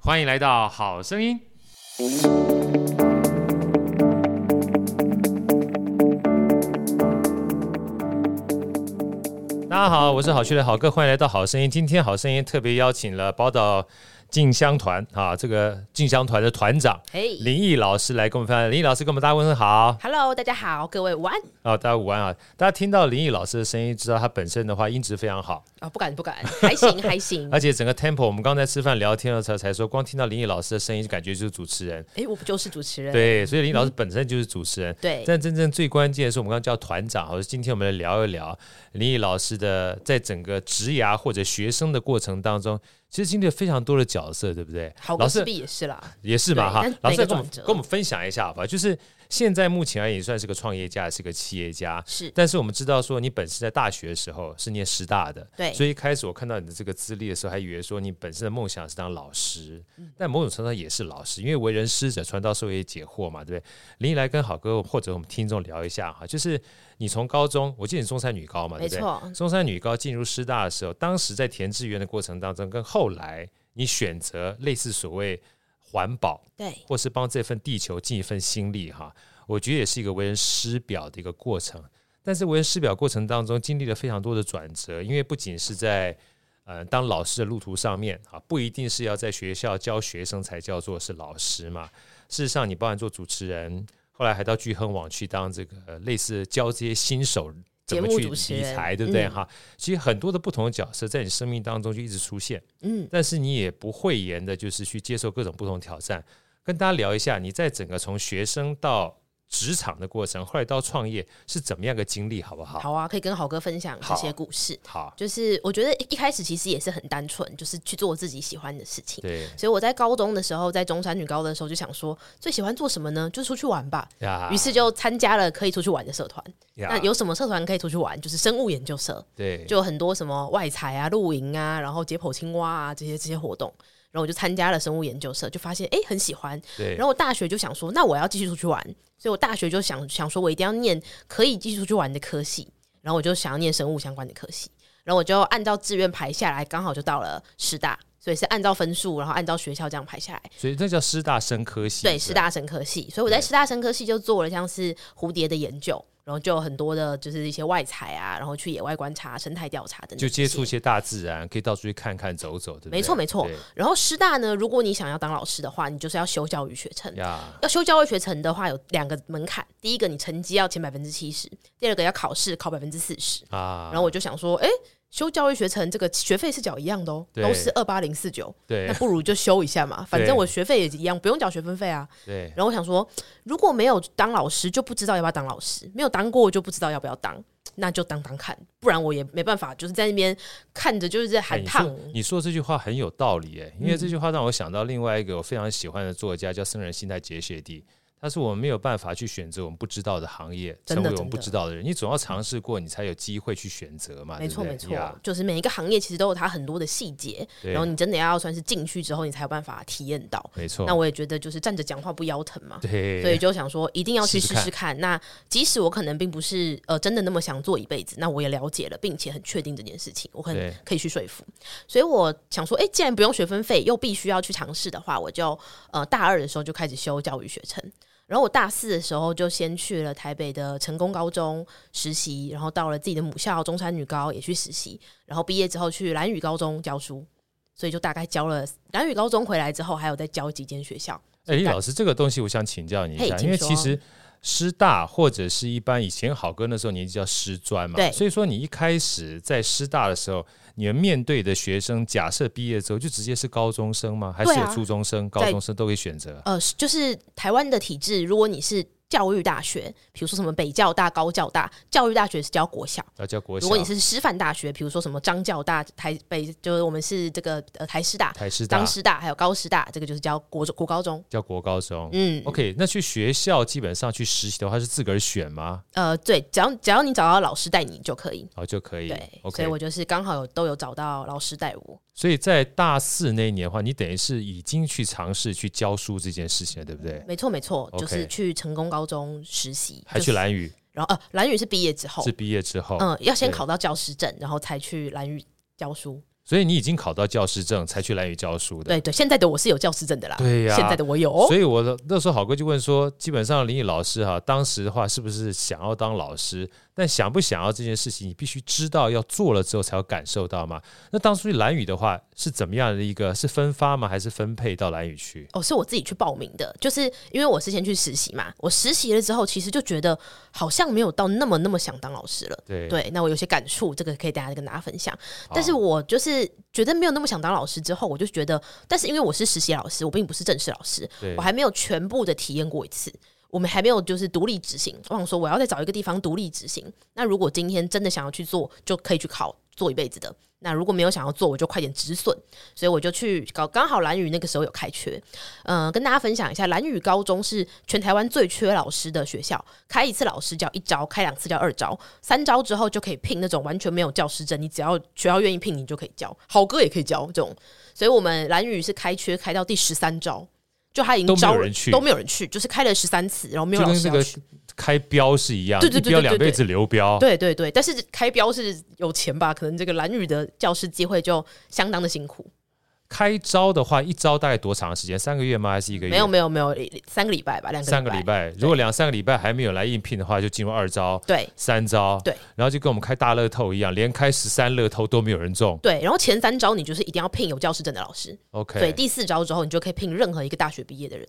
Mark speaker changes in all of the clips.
Speaker 1: 欢迎来到《好声音》。大家好，我是好趣的好哥，欢迎来到《好声音》。今天《好声音》特别邀请了宝岛进香团啊，这个进香团的团长
Speaker 2: 嘿、
Speaker 1: 林毅老师来跟我们分享。林毅老师跟我们大家问声好。
Speaker 2: h e l l o 大家好，各位午安
Speaker 1: 啊，大家午安啊！大家听到林毅老师的声音，知道他本身的话音质非常好，
Speaker 2: 哦，不敢不敢，还 行还行。
Speaker 1: 而且整个 tempo，我们刚才吃饭聊天的时候才说，光听到林毅老师的声音，就感觉就是主持人。
Speaker 2: 哎、我不就是主持人？
Speaker 1: 对，所以林毅老师本身就是主持人。
Speaker 2: 嗯对
Speaker 1: 但真正最关键的是，我们刚刚叫团长，好，今天我们来聊一聊林毅老师的在整个职涯或者学生的过程当中，其实经历了非常多的角色，对不对？
Speaker 2: 好，
Speaker 1: 老
Speaker 2: 哥
Speaker 1: 师
Speaker 2: 势必也是啦。
Speaker 1: 也是嘛
Speaker 2: 对
Speaker 1: 哈
Speaker 2: 但是，
Speaker 1: 老
Speaker 2: 每
Speaker 1: 师
Speaker 2: 个
Speaker 1: 跟我们
Speaker 2: 转折
Speaker 1: 跟我们分享一下好吧？就是现在目前而言，算是个创业家，是个企业家，
Speaker 2: 是
Speaker 1: 但是我们知道说，你本身在大学的时候是念师大的，
Speaker 2: 对
Speaker 1: 所以一开始我看到你的这个资历的时候，还以为说你本身的梦想是当老师，
Speaker 2: 嗯
Speaker 1: 但某种程度上也是老师，因为为人师者，传道授业解惑嘛，对不对？林一来跟好哥或者我们听众聊一下哈，就是你从高中，我记得你中山女高嘛，对
Speaker 2: 没
Speaker 1: 不对？
Speaker 2: 错，
Speaker 1: 中山女高进入师大的时候，当时在填志愿的过程当中，跟后来你选择类似所谓环保，
Speaker 2: 对，
Speaker 1: 或是帮这份地球尽一份心力哈，我觉得也是一个为人师表的一个过程。但是为人师表过程当中，经历了非常多的转折，因为不仅是在呃当老师的路途上面啊，不一定是要在学校教学生才叫做是老师嘛。事实上，你包含做主持人，后来还到聚亨网去当这个呃类似教这些新手怎么
Speaker 2: 节目
Speaker 1: 去
Speaker 2: 主持
Speaker 1: 理
Speaker 2: 人
Speaker 1: 财，对不对
Speaker 2: 嗯
Speaker 1: 哈？其实很多的不同的角色在你生命当中就一直出现。
Speaker 2: 嗯，
Speaker 1: 但是你也不讳言的，就是去接受各种不同挑战。跟大家聊一下，你在整个从学生到职场的过程，后来到创业是怎么样个经历，好不好？
Speaker 2: 好啊，可以跟好哥分享这些
Speaker 1: 好
Speaker 2: 故事。
Speaker 1: 好，
Speaker 2: 就是我觉得一开始其实也是很单纯，就是去做自己喜欢的事情。
Speaker 1: 对
Speaker 2: 所以我在高中的时候，在中山女高的时候，就想说最喜欢做什么呢？就出去玩吧。
Speaker 1: 呀
Speaker 2: 于是就参加了可以出去玩的社团。
Speaker 1: 呀
Speaker 2: 那有什么社团可以出去玩？就是生物研究社。
Speaker 1: 对
Speaker 2: 就有很多什么外采啊、露营啊，然后解剖青蛙啊这些这些活动。然后我就参加了生物研究社，就发现哎、诶很喜欢。
Speaker 1: 对，
Speaker 2: 然后我大学就想说，那我要继续出去玩，所以我大学就想想说我一定要念可以继续出去玩的科系。然后我就想要念生物相关的科系，然后我就按照志愿排下来，刚好就到了师大，所以是按照分数，然后按照学校这样排下来。
Speaker 1: 所以那叫师大生科系，
Speaker 2: 对，
Speaker 1: 是
Speaker 2: 师
Speaker 1: 吧
Speaker 2: 大生科系，所以我在
Speaker 1: 对
Speaker 2: 师大生科系就做了像是蝴蝶的研究，然后就有很多的就是一些外采啊，然后去野外观察、生态调查等等，
Speaker 1: 就接触一。些大自然，可以到处去看看、走走，对不对？
Speaker 2: 没错没错
Speaker 1: 对
Speaker 2: 然后师大呢，如果你想要当老师的话，你就是要修教育学程。
Speaker 1: 呀，
Speaker 2: 要修教育学程的话，有两个门槛，第一个你成绩要前百分之七十，第二个要考试考百分之四十。
Speaker 1: 啊，
Speaker 2: 然后我就想说，哎、修教育学程这个学费是缴一样的哦，
Speaker 1: 对
Speaker 2: 都是二八零四九，
Speaker 1: 对
Speaker 2: 那不如就修一下嘛，反
Speaker 1: 对
Speaker 2: 正我学费也一样，不用缴学分费啊。
Speaker 1: 对
Speaker 2: 然后我想说，如果没有当老师，就不知道要不要当老师；没有当过，就不知道要不要当。那就当当看，不然我也没办法，就是在那边看着，就是在
Speaker 1: 哎
Speaker 2: 喊
Speaker 1: 你
Speaker 2: 烫。嗯
Speaker 1: 说你说这句话很有道理哎诶，因为这句话让我想到另外一个我非常喜欢的作家，叫僧人心态杰雪地。他说：“我们没有办法去选择我们不知道的行业，
Speaker 2: 真
Speaker 1: 成
Speaker 2: 的
Speaker 1: 为我
Speaker 2: 真
Speaker 1: 们不
Speaker 2: 的
Speaker 1: 知道的人。你总要尝试过，你才有机会去选择嘛。
Speaker 2: 没错，
Speaker 1: 啊对
Speaker 2: 没
Speaker 1: 不对
Speaker 2: 错
Speaker 1: 呀，
Speaker 2: 就是每一个行业其实都有它很多的细节，
Speaker 1: 对
Speaker 2: 然后你真的要算是进去之后，你才有办法体验到。
Speaker 1: 没错。
Speaker 2: 那我也觉得就是站着讲话不腰疼嘛，
Speaker 1: 对，
Speaker 2: 所以就想说一定要去
Speaker 1: 试试
Speaker 2: 试
Speaker 1: 看
Speaker 2: 试看。那即使我可能并不是呃真的那么想做一辈子，那我也了解了，并且很确定这件事情，我可
Speaker 1: 对
Speaker 2: 能可以去说服。所以我想说，诶，既然不用学分费，又必须要去尝试的话，我就呃大二的时候就开始修教育学程。然后我大四的时候就先去了台北的成功高中实习，然后到了自己的母校中山女高也去实习，然后毕业之后去蓝宇高中教书，所以就大概教了蓝宇高中回来之后，还有再教几间学校。
Speaker 1: 哎，李老师，这个东西我想请教你一
Speaker 2: 嘿
Speaker 1: 下，
Speaker 2: 请
Speaker 1: 因为其
Speaker 2: 说
Speaker 1: 实师大或者是一般以前好哥那时候年纪叫师专嘛，
Speaker 2: 对
Speaker 1: 所以说你一开始在师大的时候，你们面对的学生，假设毕业之后就直接是高中生吗？还是
Speaker 2: 对
Speaker 1: 有
Speaker 2: 啊
Speaker 1: 初中生、高
Speaker 2: 在哦
Speaker 1: 中生都可以选择？
Speaker 2: 呃，是就是台湾的体制，如果你是教育大学，比如说什么北教大、高教大，教育大学是教国小。
Speaker 1: 要教国小
Speaker 2: 如果，你是师范大学，比如说什么张教大、台北，就是我们是这个呃台师大、
Speaker 1: 台师大
Speaker 2: 张师大，还有高师大，这个就是教国中国高中。
Speaker 1: 教国高中。
Speaker 2: 嗯
Speaker 1: OK，那去学校基本上去实习的话是自个儿选吗？
Speaker 2: 呃，对，只要只要你找到老师带你就可以。
Speaker 1: 哦，就可以
Speaker 2: 对。所
Speaker 1: OK，
Speaker 2: 以我就是刚好有都有找到老师带我。
Speaker 1: 所以在大四那一年的话，你等于是已经去尝试去教书这件事情了，对不对？
Speaker 2: 没错没错，
Speaker 1: OK
Speaker 2: 就是去成功高中实习，
Speaker 1: 还
Speaker 2: 就
Speaker 1: 去
Speaker 2: 是，
Speaker 1: 蓝宇，
Speaker 2: 然后呃，蓝宇是毕业之后
Speaker 1: 是，毕业之后，
Speaker 2: 嗯，要先
Speaker 1: 对
Speaker 2: 考到教师证，然后才去蓝宇教书。
Speaker 1: 所以你已经考到教师证才去蓝宇教书的。
Speaker 2: 对对，现在的我是有教师证的啦，
Speaker 1: 对呀、
Speaker 2: 现在的我有哦
Speaker 1: 所以我的那时候好哥就问说，基本上林毅老师哈、当时的话是不是想要当老师？但想不想要这件事情，你必须知道要做了之后才有感受到嘛。那当初去蓝宇的话是怎么样的一个？是分发吗？还是分配到蓝宇去？
Speaker 2: 哦，是我自己去报名的，就是因为我是先去实习嘛，我实习了之后，其实就觉得好像没有到那么那么想当老师了。
Speaker 1: 对，哦
Speaker 2: 对，那我有些感触，这个可以大家跟大家分享。
Speaker 1: 好
Speaker 2: 但是我就是觉得没有那么想当老师之后，我就觉得，但是因为我是实习老师，我并不是正式老师，
Speaker 1: 对
Speaker 2: 我还没有全部的体验过一次。我们还没有就是独立执行，我想说我要再找一个地方独立执行。那如果今天真的想要去做，就可以去考做一辈子的。那如果没有想要做，我就快点止损。所以我就去搞，刚好蓝宇那个时候有开缺，嗯、跟大家分享一下，蓝宇高中是全台湾最缺老师的学校，开一次老师叫一招，开两次叫二招，三招之后就可以聘那种完全没有教师证，你只要学校愿意聘你就可以教，好哥也可以教这种。所以我们蓝宇是开缺开到第十三招，就他已
Speaker 1: 都
Speaker 2: 经
Speaker 1: 没有
Speaker 2: 招了
Speaker 1: 人去
Speaker 2: 都没有人去，就是开了十三次，然后没有
Speaker 1: 就
Speaker 2: 老
Speaker 1: 跟
Speaker 2: 师
Speaker 1: 这
Speaker 2: 要
Speaker 1: 个
Speaker 2: 去。
Speaker 1: 开标是一样，
Speaker 2: 对对
Speaker 1: 一
Speaker 2: 对
Speaker 1: 标
Speaker 2: 对对
Speaker 1: 两
Speaker 2: 对
Speaker 1: 辈子流标。
Speaker 2: 对对对，但是开标是有钱吧？可能这个蓝宇的教师机会就相当的辛苦。
Speaker 1: 开招的话，一招大概多长时间？三个月吗？还是一个月？
Speaker 2: 没有没有没有，三个礼拜吧，两
Speaker 1: 三个礼拜。如果两三个礼拜还没有来应聘的话，就进入二招、
Speaker 2: 对
Speaker 1: 三招。
Speaker 2: 对，
Speaker 1: 然后就跟我们开大乐透一样，连开十三乐透都没有人中。
Speaker 2: 对，然后前三招你就是一定要聘有教师证的老师，对，
Speaker 1: OK，
Speaker 2: 第四招之后你就可以聘任何一个大学毕业的人。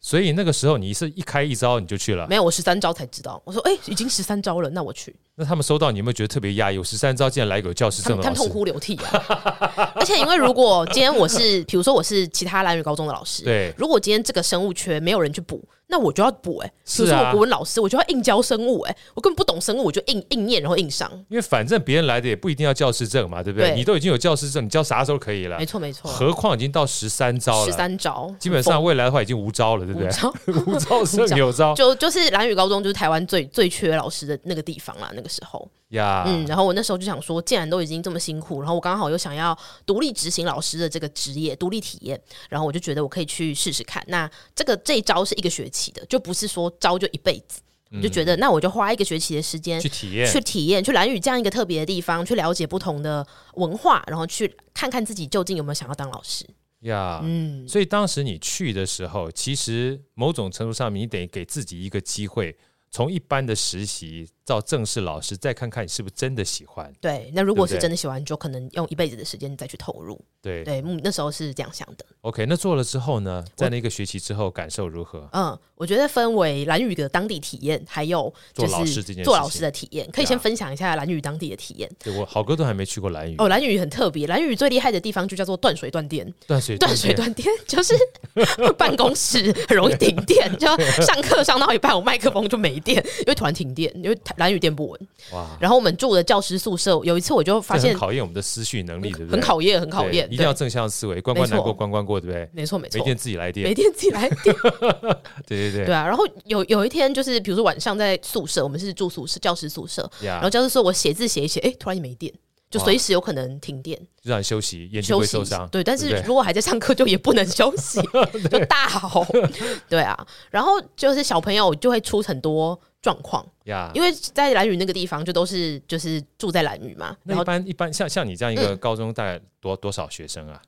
Speaker 1: 所以那个时候你是一开一招你就去了。
Speaker 2: 没有，我十三招才知道，我说哎、已经十三招了，那我去。
Speaker 1: 那他们收到你有没有觉得特别压抑？有十三招竟然来一个有教师
Speaker 2: 他
Speaker 1: 证的
Speaker 2: 们他
Speaker 1: 老
Speaker 2: 们
Speaker 1: 师
Speaker 2: 痛，哭流涕啊！ 而且因为如果今天我是，比如说我是其他蓝宇高中的老师，
Speaker 1: 对
Speaker 2: 如果今天这个生物缺没有人去补，那我就要补哎、比如
Speaker 1: 是
Speaker 2: 说
Speaker 1: 啊
Speaker 2: 我国文老师，我就要硬教生物哎、我根本不懂生物，我就硬硬念，然后硬上。
Speaker 1: 因为反正别人来的也不一定要教师证嘛，对不对？
Speaker 2: 对
Speaker 1: 你都已经有教师证，你教啥时候可以了
Speaker 2: 没？错没错，
Speaker 1: 何况已经到十三招
Speaker 2: 十
Speaker 1: 了，
Speaker 2: 三招，
Speaker 1: 基本上未来的话已经无招了，对不
Speaker 2: 五
Speaker 1: 对？
Speaker 2: 招。
Speaker 1: 无招胜有招
Speaker 2: 就就是蓝宇高中就是台湾最最缺老师的那个地方啦，那个时候，
Speaker 1: 呀。
Speaker 2: 嗯，然后我那时候就想说，既然都已经这么辛苦，然后我刚好又想要独立执行老师的这个职业，独立体验，然后我就觉得我可以去试试看。那这个这一招是一个学期的，就不是说招就一辈子，我就觉得那我就花一个学期的时间
Speaker 1: 去体验
Speaker 2: 嗯去体验，去蓝宇这样一个特别的地方，去了解不同的文化，然后去看看自己究竟有没有想要当老师。
Speaker 1: 呀。
Speaker 2: 嗯，
Speaker 1: 所以当时你去的时候，其实某种程度上面，你得给自己一个机会，从一般的实习到正式老师，再看看你是不是真的喜欢。
Speaker 2: 对。那如果
Speaker 1: 对不
Speaker 2: 是
Speaker 1: 对
Speaker 2: 真的喜欢，就可能用一辈子的时间再去投入。
Speaker 1: 对
Speaker 2: 对，嗯那时候是这样想的。
Speaker 1: o k 那做了之后呢，在那个学期之后感受如何？
Speaker 2: 嗯，我觉得分为蓝屿的当地体验，还有就
Speaker 1: 做老师
Speaker 2: 是
Speaker 1: 这件事情
Speaker 2: 做老师的体验，可以
Speaker 1: 对啊
Speaker 2: 先分享一下蓝屿当地的体验。
Speaker 1: 对我好哥都还没去过蓝屿，
Speaker 2: 哦，蓝屿很特别，蓝屿最厉害的地方就叫做断水断电，
Speaker 1: 断水
Speaker 2: 断水断电就是 办公室很容易停电，就上课上到一半，我麦克风就没电，因为突然停电，因为蓝屿电 不稳。
Speaker 1: 哇，
Speaker 2: 然后我们住的教师宿舍，有一次我就发
Speaker 1: 这
Speaker 2: 现
Speaker 1: 很考验我们的思绪能力，对不对？
Speaker 2: 很考验，很
Speaker 1: 对
Speaker 2: 考验，
Speaker 1: 一定要
Speaker 2: 对
Speaker 1: 正向思维，关关
Speaker 2: 没错
Speaker 1: 难过关关过，对不对？
Speaker 2: 没错没错
Speaker 1: 没，电自己来
Speaker 2: 没
Speaker 1: 电，
Speaker 2: 电自己来
Speaker 1: 对对
Speaker 2: 对啊，然后有有一天就是，比如说晚上在宿舍，我们是住宿舍教师宿舍，
Speaker 1: 对，呀
Speaker 2: 然后，教师说我写字写一写，哎、突然就没电，就
Speaker 1: 啊哇
Speaker 2: 随时有可能停电，
Speaker 1: 就让你休息，眼睛不
Speaker 2: 休
Speaker 1: 会
Speaker 2: 息
Speaker 1: 受伤。
Speaker 2: 对，但
Speaker 1: 对
Speaker 2: 是
Speaker 1: 不对
Speaker 2: 如果还在上课，就也不能休 息，就大吼。对啊，然后就是小朋友就会出很多状况，
Speaker 1: 呀，
Speaker 2: 因为在蓝屿那个地方就都是就是住在蓝屿嘛，
Speaker 1: 那
Speaker 2: 然
Speaker 1: 一
Speaker 2: 后嗯
Speaker 1: 般一般像像你这样一个高中大概多多少学生啊？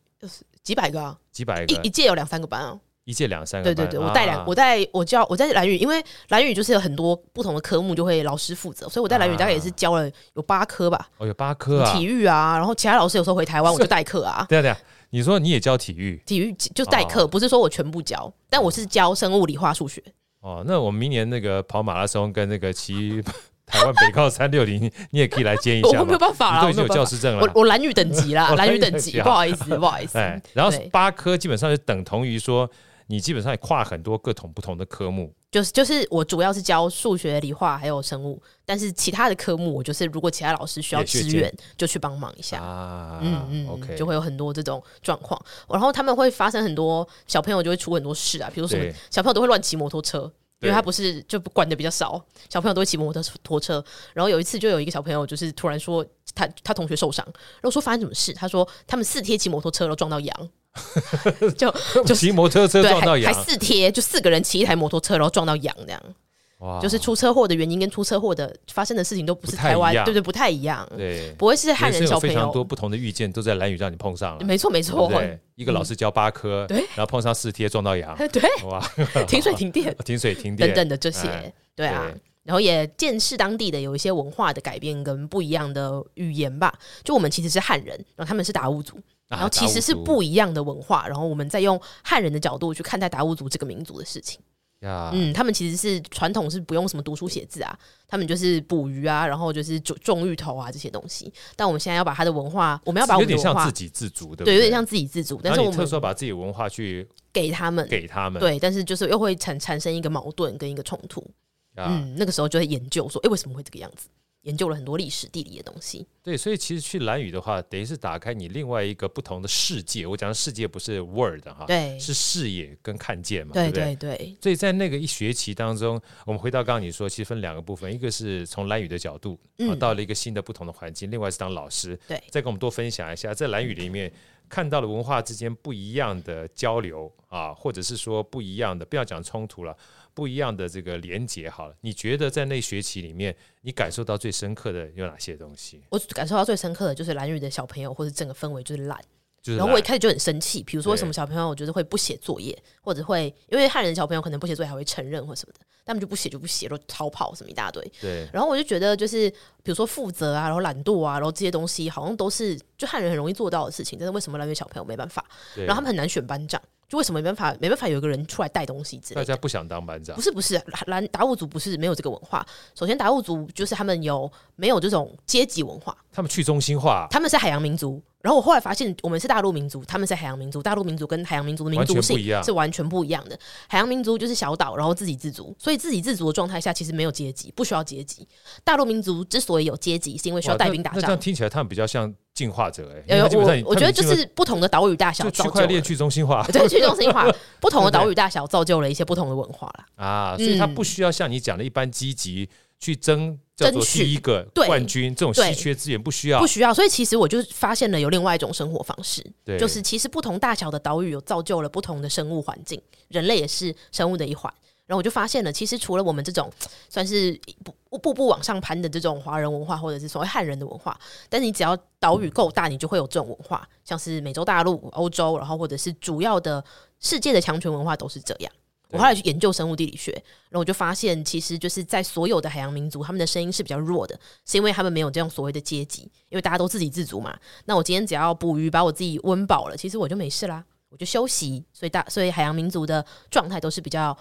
Speaker 2: 几百个、啊，
Speaker 1: 几百个
Speaker 2: 一一，届有两三个班啊。
Speaker 1: 一届两三个
Speaker 2: 对
Speaker 1: 班。
Speaker 2: 对对，我
Speaker 1: 啊
Speaker 2: 带两，我带我教我在蓝宇，因为蓝宇就是有很多不同的科目就会老师负责，所以我在蓝宇大概也是教了有八科吧。
Speaker 1: 哦有八科啊。
Speaker 2: 体育啊，然后其他老师有时候回台湾我
Speaker 1: 是
Speaker 2: 就代课啊。
Speaker 1: 对啊对啊，你说你也教体育
Speaker 2: 体育就代课，
Speaker 1: 哦
Speaker 2: 不是说我全部教，但我是教生物、理化、数学。
Speaker 1: 哦？那我们明年那个跑马拉松跟那个骑 台湾北高三六零， 你也可以来兼一
Speaker 2: 我
Speaker 1: 下
Speaker 2: 我没
Speaker 1: 嘛
Speaker 2: 有。办法
Speaker 1: 你
Speaker 2: 啦，
Speaker 1: 都
Speaker 2: 我
Speaker 1: 已
Speaker 2: 没
Speaker 1: 经有
Speaker 2: 有办
Speaker 1: 教
Speaker 2: 法。
Speaker 1: 师证了啊
Speaker 2: 我
Speaker 1: 啦。
Speaker 2: 我蓝 宇等级啦，
Speaker 1: 哦
Speaker 2: 蓝
Speaker 1: 蓝
Speaker 2: 宇
Speaker 1: 宇
Speaker 2: 等
Speaker 1: 等
Speaker 2: 级，
Speaker 1: 级啊
Speaker 2: 不好意思，不好意思。
Speaker 1: 哎，然后
Speaker 2: 对
Speaker 1: 八科基本上是等同于说你基本上也跨很多各种不同的科目。
Speaker 2: 就是就是我主要是教数学、理化还有生物，但是其他的科目我就是如果其他老师需要
Speaker 1: 也去
Speaker 2: 支
Speaker 1: 兼
Speaker 2: 援，就去帮忙一下。
Speaker 1: 啊，
Speaker 2: 嗯嗯
Speaker 1: ，OK，
Speaker 2: 就会有很多这种状况，然后他们会发生很多小朋友就会出很多事啊，比如什么
Speaker 1: 对
Speaker 2: 小朋友都会乱骑摩托车，因
Speaker 1: 对
Speaker 2: 为他不是就管的比较少，小朋友都会骑摩托拖车。然后有一次就有一个小朋友就是突然说他他同学受伤，然后说发生什么事，他说他们四贴骑摩托车然后撞 到羊，就就
Speaker 1: 骑摩托车
Speaker 2: 对
Speaker 1: 撞到
Speaker 2: 还
Speaker 1: 羊
Speaker 2: 还，四贴，就四个人骑一台摩托车然后撞到羊这样，
Speaker 1: 哇
Speaker 2: 就是出车祸的原因跟出车祸的发生的事情都不是
Speaker 1: 不太
Speaker 2: 台湾
Speaker 1: 一样
Speaker 2: 对对不太一样，
Speaker 1: 对，
Speaker 2: 不会是汉
Speaker 1: 人生
Speaker 2: 人
Speaker 1: 有
Speaker 2: 小朋
Speaker 1: 非常多
Speaker 2: 友，
Speaker 1: 不同的遇见都在蓝雨让你碰上了，
Speaker 2: 没错没
Speaker 1: 对
Speaker 2: 错
Speaker 1: 不。对？一个老师教八科，
Speaker 2: 嗯对
Speaker 1: 然后碰上四贴撞到羊，
Speaker 2: 对，
Speaker 1: 哇，
Speaker 2: 停水停电
Speaker 1: 停水停
Speaker 2: 等
Speaker 1: 电
Speaker 2: 等的这些，
Speaker 1: 哎
Speaker 2: 对啊。
Speaker 1: 对
Speaker 2: 然后也见识当地的有一些文化的改变跟不一样的语言吧。就我们其实是汉人，然后他们是达悟族，
Speaker 1: 啊
Speaker 2: 然后其实是
Speaker 1: 达悟族
Speaker 2: 不一样的文化。然后我们再用汉人的角度去看待达悟族这个民族的事情。
Speaker 1: 呀，
Speaker 2: 嗯，他们其实是传统是不用什么读书写字啊，他们就是捕鱼啊，然后就是种种芋头啊这些东西。但我们现在要把它的文化，我们要把我
Speaker 1: 有点
Speaker 2: 们的文
Speaker 1: 像
Speaker 2: 化
Speaker 1: 自，给自足，对不
Speaker 2: 对，有点像。自给自足，但
Speaker 1: 然
Speaker 2: 是
Speaker 1: 后
Speaker 2: 我
Speaker 1: 你特殊要
Speaker 2: 们
Speaker 1: 把自己的文化去
Speaker 2: 给他们。
Speaker 1: 给他们，
Speaker 2: 对，但是就是又会产产生一个矛盾跟一个冲突，
Speaker 1: 啊，
Speaker 2: 嗯，那个时候就会研究说，哎、为什么会这个样子？研究了很多历史地理的东西，
Speaker 1: 对，所以其实去蓝雨的话，等于是打开你另外一个不同的世界。我讲的世界不是 word 哈，
Speaker 2: 对
Speaker 1: 啊是视野跟看见嘛，
Speaker 2: 对
Speaker 1: 不
Speaker 2: 对对，
Speaker 1: 所以在那个一学期当中，我们回到刚刚你说，其实分两个部分，一个是从蓝语的角度，啊，
Speaker 2: 嗯
Speaker 1: 到了一个新的不同的环境；，另外是当老师，
Speaker 2: 对
Speaker 1: 再跟我们多分享一下，在蓝语里面看到了文化之间不一样的交流啊，或者是说不一样的，不要讲冲突了，不一样的这个连结好了。你觉得在那学期里面，你感受到最深刻的有哪些东西？
Speaker 2: 我感受到最深刻的就是蓝雨的小朋友，或者整个氛围就是烂。
Speaker 1: 就是
Speaker 2: 然后我一
Speaker 1: 蓝
Speaker 2: 开始就很生气，比如说为什么
Speaker 1: 对
Speaker 2: 小朋友我觉得会不写作业，或者会因为汉人小朋友可能不写作业还会承认或什么的，他们就不写就不写，然后逃跑什么一大堆。
Speaker 1: 对
Speaker 2: 然后我就觉得就是比如说负责啊，然后懒惰啊，然后这些东西好像都是就汉人很容易做到的事情，但是为什么蓝雨小朋友没办法？
Speaker 1: 对，
Speaker 2: 然后他们很难选班长，就为什么没办法没办法有一个人出来带东西之类
Speaker 1: 大
Speaker 2: 的。
Speaker 1: 家不想当班长
Speaker 2: 不，是不是，蓝达悟族不是没有这个文化。首先，达悟族就是他们有没有这种阶级文化，
Speaker 1: 他们去中心化，
Speaker 2: 他们是海洋民族。然后我后来发现，我们是大陆民族，他们是海洋民族。大陆民族跟海洋民族的民族
Speaker 1: 完全不一
Speaker 2: 性
Speaker 1: 样
Speaker 2: 是完全不一样的。海洋民族就是小岛，然后自给自足，所以自给自足的状态下，其实没有阶级，不需要阶级。大陆民族之所以有阶级，是因为需要
Speaker 1: 哇
Speaker 2: 带
Speaker 1: 那
Speaker 2: 兵打
Speaker 1: 那这
Speaker 2: 仗
Speaker 1: 样。听起来他们比较像进化者哎、因
Speaker 2: 呃
Speaker 1: 为基本上你
Speaker 2: 我我觉得
Speaker 1: 他
Speaker 2: 就
Speaker 1: 们已经
Speaker 2: 是不同的岛屿大小
Speaker 1: 就
Speaker 2: 造
Speaker 1: 区
Speaker 2: 就
Speaker 1: 块
Speaker 2: 了，
Speaker 1: 链去中心化
Speaker 2: 对去中心化，不同的
Speaker 1: 对不对
Speaker 2: 岛屿大小造就了一些不同的文化啦。
Speaker 1: 啊，所以他
Speaker 2: 嗯
Speaker 1: 不需要像你讲的一般积极去争叫做
Speaker 2: 争取
Speaker 1: 第一个
Speaker 2: 对
Speaker 1: 冠军这种稀
Speaker 2: 对
Speaker 1: 缺资源不需要
Speaker 2: 不，需要。所以其实我就发现了有另外一种生活方式，
Speaker 1: 对，
Speaker 2: 就是其实不同大小的岛屿有造就了不同的生物环境，人类也是生物的一环。然后我就发现了，其实除了我们这种算是步步步往上攀的这种华人文化，或者是所谓汉人的文化，但是你只要岛屿够大，你就会有这种文化，像是美洲大陆、欧洲，然后或者是主要的世界的强权文化都是这样。我后来去研究生物地理学，然后我就发现，其实就是在所有的海洋民族，他们的声音是比较弱的，是因为他们没有这样所谓的阶级，因为大家都自给自足嘛。那我今天只要捕鱼把我自己温饱了，其实我就没事啦，我就休息。所以大，所以海洋民族的状态都是比较，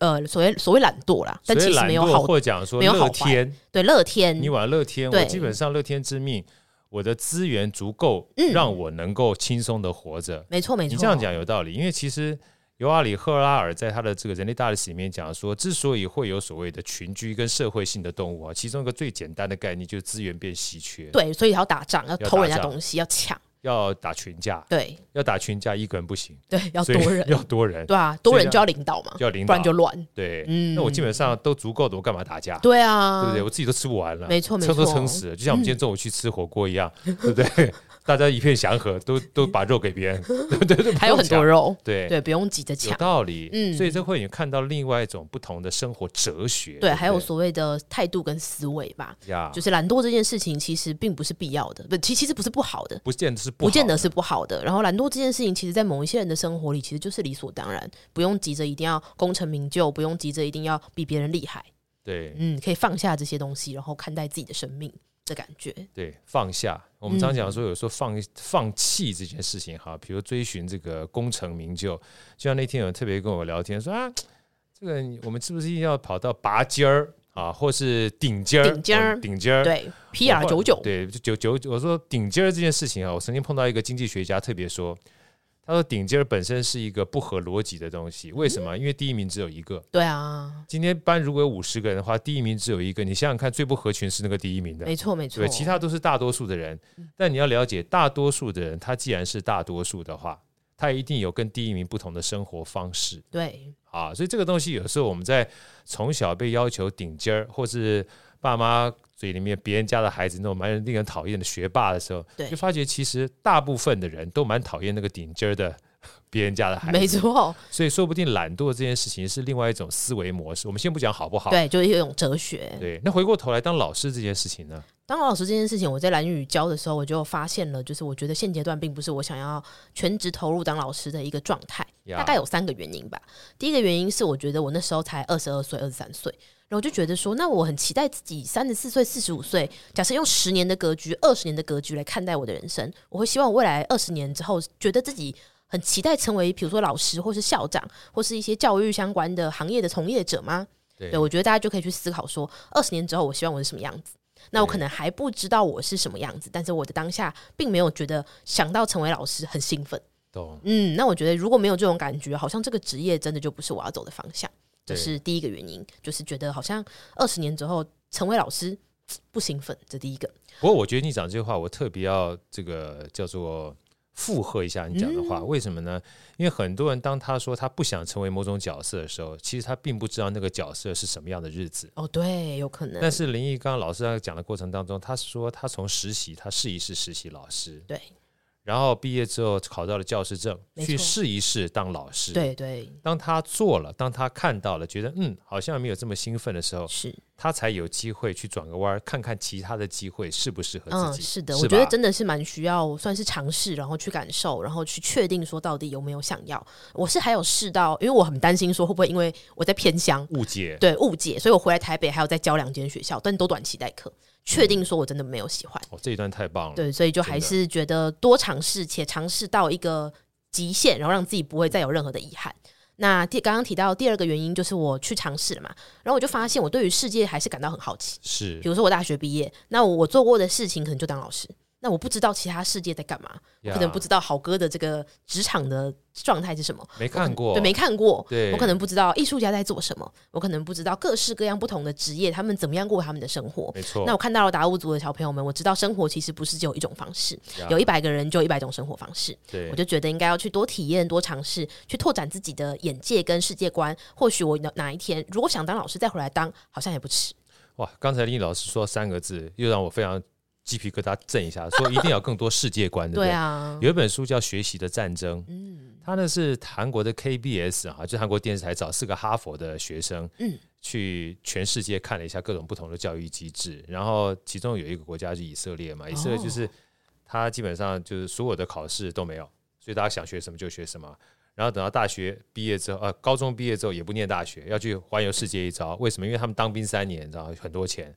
Speaker 2: 呃，所谓所谓懒惰啦，但
Speaker 1: 所
Speaker 2: 其
Speaker 1: 以
Speaker 2: 实
Speaker 1: 懒
Speaker 2: 没有
Speaker 1: 惰
Speaker 2: 好
Speaker 1: 或讲说
Speaker 2: 没有好
Speaker 1: 乐天，
Speaker 2: 对乐天
Speaker 1: 你，玩乐天，我
Speaker 2: 对
Speaker 1: 基本上乐天之命，我的资源足够
Speaker 2: 嗯
Speaker 1: 让我能够轻松的活着。
Speaker 2: 没错没错，
Speaker 1: 你这样讲有道理，因为其实尤阿里赫拉尔在他的这个人类大历史里面讲说，之所以会有所谓的群居跟社会性的动物啊，其中一个最简单的概念就是资源变稀缺，
Speaker 2: 对，所以要打仗，要
Speaker 1: 打
Speaker 2: 偷人家
Speaker 1: 仗
Speaker 2: 东西，要抢，
Speaker 1: 要打群架，
Speaker 2: 对
Speaker 1: 要打群架一个人不行，
Speaker 2: 对，要
Speaker 1: 所
Speaker 2: 多
Speaker 1: 以，
Speaker 2: 人
Speaker 1: 要多人，
Speaker 2: 对啊，多
Speaker 1: 所以
Speaker 2: 人就要领导嘛，
Speaker 1: 要领
Speaker 2: 不
Speaker 1: 导
Speaker 2: 然，就乱，
Speaker 1: 对，
Speaker 2: 嗯
Speaker 1: 那我基本上都足够的，我干嘛打架？
Speaker 2: 对啊，
Speaker 1: 对不对？我自己都吃不完了，
Speaker 2: 没错没嗯
Speaker 1: 撑都
Speaker 2: 错
Speaker 1: 撑死了，就像我们今天中午去吃火锅一样，对不对？ 大家一片祥和，都都把肉给别人，对对对，
Speaker 2: 还有很多
Speaker 1: 肉，
Speaker 2: 肉，
Speaker 1: 对
Speaker 2: 对，不用急
Speaker 1: 有
Speaker 2: 着抢。
Speaker 1: 道理，
Speaker 2: 嗯
Speaker 1: 所以这会你看到另外一种不同的生活哲学，
Speaker 2: 对，
Speaker 1: 不
Speaker 2: 还有所谓的态度跟思维吧，
Speaker 1: 呀，
Speaker 2: 就是懒惰这件事情其实并不是必要的，不，其其实不是不好的，
Speaker 1: 不见得是不
Speaker 2: 不
Speaker 1: 好
Speaker 2: 见得是不好的。然后懒惰这件事情，其实在某一些人的生活里，其实就是理所当然，不用急着一定要功成名就，不用急着一定要比别人厉害，
Speaker 1: 对
Speaker 2: 嗯，可以放下这些东西，然后看待自己的生命的感觉。
Speaker 1: 对放下。我们常
Speaker 2: 嗯
Speaker 1: 讲说，有时候放放弃这件事情哈，比如追寻这个功成名就，就像那天有人特别跟我聊天说啊，这个我们是不是一定要跑到拔尖儿啊，或是顶尖儿、
Speaker 2: 顶尖儿
Speaker 1: 嗯顶尖儿？
Speaker 2: 对，P R 九九，
Speaker 1: 对，就九九，我说顶尖儿这件事情啊，我曾经碰到一个经济学家特别说，他说顶尖儿本身是一个不合逻辑的东西，为什么？因为第一名只有一个。
Speaker 2: 对啊，
Speaker 1: 今天班如果有五十个人的话，第一名只有一个。你想想看，最不合群是那个第一名的，
Speaker 2: 没错没错，嗯
Speaker 1: 对，其他都是大多数的人。但你要了解，大多数的人，他既然是大多数的话，他一定有跟第一名不同的生活方式
Speaker 2: 对
Speaker 1: 啊。所以这个东西有时候我们在从小被要求顶尖儿，或是爸妈嘴里面别人家的孩子那种蛮令人讨厌的学霸的时候，
Speaker 2: 对
Speaker 1: 就发觉其实大部分的人都蛮讨厌那个顶尖儿的别人家的孩
Speaker 2: 没
Speaker 1: 子。
Speaker 2: 错，
Speaker 1: 所以说不定懒惰这件事情是另外一种思维模式。我们先不讲好不好，
Speaker 2: 对，就是一种哲学。
Speaker 1: 对那回过头来当老师这件事情呢，
Speaker 2: 当老师这件事情，我在蓝宇教的时候，我就发现了，就是我觉得现阶段并不是我想要全职投入当老师的一个状态。
Speaker 1: 呀
Speaker 2: 大概有三个原因吧。第一个原因是我觉得我那时候才二十二岁、二十三岁，然后我就觉得说，那我很期待自己三十四岁、四十五岁，假设用十年的格局、二十年的格局来看待我的人生，我会希望我未来二十年之后，觉得自己。很期待成为，比如说老师，或是校长，或是一些教育相关的行业的从业者吗？
Speaker 1: 对
Speaker 2: 对，我觉得大家就可以去思考说，二十年之后我希望我是什么样子。那我
Speaker 1: 对
Speaker 2: 可能还不知道我是什么样子，但是我的当下并没有觉得想到成为老师很兴奋。
Speaker 1: 懂
Speaker 2: 嗯，那我觉得如果没有这种感觉，好像这个职业真的就不是我要走的方向。这
Speaker 1: 对
Speaker 2: 是第一个原因，就是觉得好像二十年之后成为老师不兴奋，这第一个。
Speaker 1: 不过我觉得你讲这句话，我特别要这个叫做附和一下你讲的
Speaker 2: 嗯
Speaker 1: 话。为什么呢？因为很多人当他说他不想成为某种角色的时候，其实他并不知道那个角色是什么样的日子。
Speaker 2: 哦，对，有可
Speaker 1: 但
Speaker 2: 能，
Speaker 1: 是林毅刚刚老师在讲的过程当中，他说他从实习，他试一试实习老师，
Speaker 2: 对
Speaker 1: 然后毕业之后考到了教师证，
Speaker 2: 没错
Speaker 1: 去试一试当老师。，
Speaker 2: 对对，
Speaker 1: 当他做了，当他看到了，觉得嗯好像没有这么兴奋的时候，
Speaker 2: 是，
Speaker 1: 他才有机会去转个弯儿，看看其他的机会适不适合
Speaker 2: 嗯
Speaker 1: 自，己。
Speaker 2: 是的，
Speaker 1: 吧
Speaker 2: 我觉得真的是蛮需要，算是尝试，然后去感受，然后去确定说到底有没有想要。我是还有试到，因为我很担心说会不会因为我在偏乡，
Speaker 1: 误解。
Speaker 2: 对误解，所以我回来台北还有再教两间学校，但都短期代课，确定说我真的没有喜欢。
Speaker 1: 嗯哦，这一段太棒了。
Speaker 2: 对，所以就
Speaker 1: 真
Speaker 2: 还
Speaker 1: 的
Speaker 2: 是觉得多尝试，且尝试到一个极限，然后让自己不会再有任何的遗憾。那第刚刚提到第二个原因就是我去尝试了嘛，然后我就发现我对于世界还是感到很好奇。
Speaker 1: 是
Speaker 2: 比，如说我大学毕业，那我做过的事情可能就当老师，那我不知道其他世界在干嘛，我可能不知道好哥的这个职场的状态是什么，
Speaker 1: 道，没看过，
Speaker 2: 对，没看过，
Speaker 1: 对
Speaker 2: 我可能不知道艺术家在做什么，我可能不知道各式各样不同的职业他们怎么样过他们的生活，
Speaker 1: 没错。
Speaker 2: 那我看到了达悟族的小朋友们，我知道生活其实不是只有一种方式，
Speaker 1: 呀
Speaker 2: 有一百个人就有一百种生活方式。
Speaker 1: 对
Speaker 2: 我就觉得应该要去多体验、多尝试，去拓展自己的眼界跟世界观。或许我哪哪一天如果想当老师再回来当，好像也不迟。
Speaker 1: 哇，刚才林毅老师说三个字，又让我非常鸡皮疙瘩震一下，说一定要有更多世界观，对不
Speaker 2: 对
Speaker 1: 对？
Speaker 2: 啊，嗯
Speaker 1: 有一本书叫《学习的战争》，他呢是韩国的 KBS 啊，就韩国电视台找四个哈佛的学生，
Speaker 2: 嗯
Speaker 1: 去全世界看了一下各种不同的教育机制，然后其中有一个国家是以色列嘛，以色列就是他基本上就是所有的考试都没有，所以大家想学什么就学什么。然后等到大学毕业之后，呃，高中毕业之后也不念大学，要去环游世界一遭。为什么？因为他们当兵三年，然后很多钱。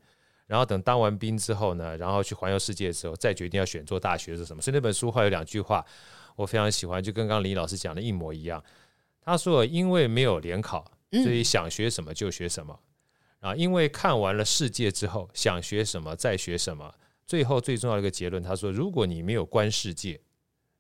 Speaker 1: 然后等当完兵之后呢，然后去环游世界的时候，再决定要选做大学是什么。所以那本书后来有两句话，我非常喜欢，就跟刚刚林老师讲的一模一样。他说，因为没有联考，
Speaker 2: 嗯
Speaker 1: 所以想学什么就学什么、啊。因为看完了世界之后，想学什么再学什么。最后最重要的一个结论，他说，如果你没有观世界，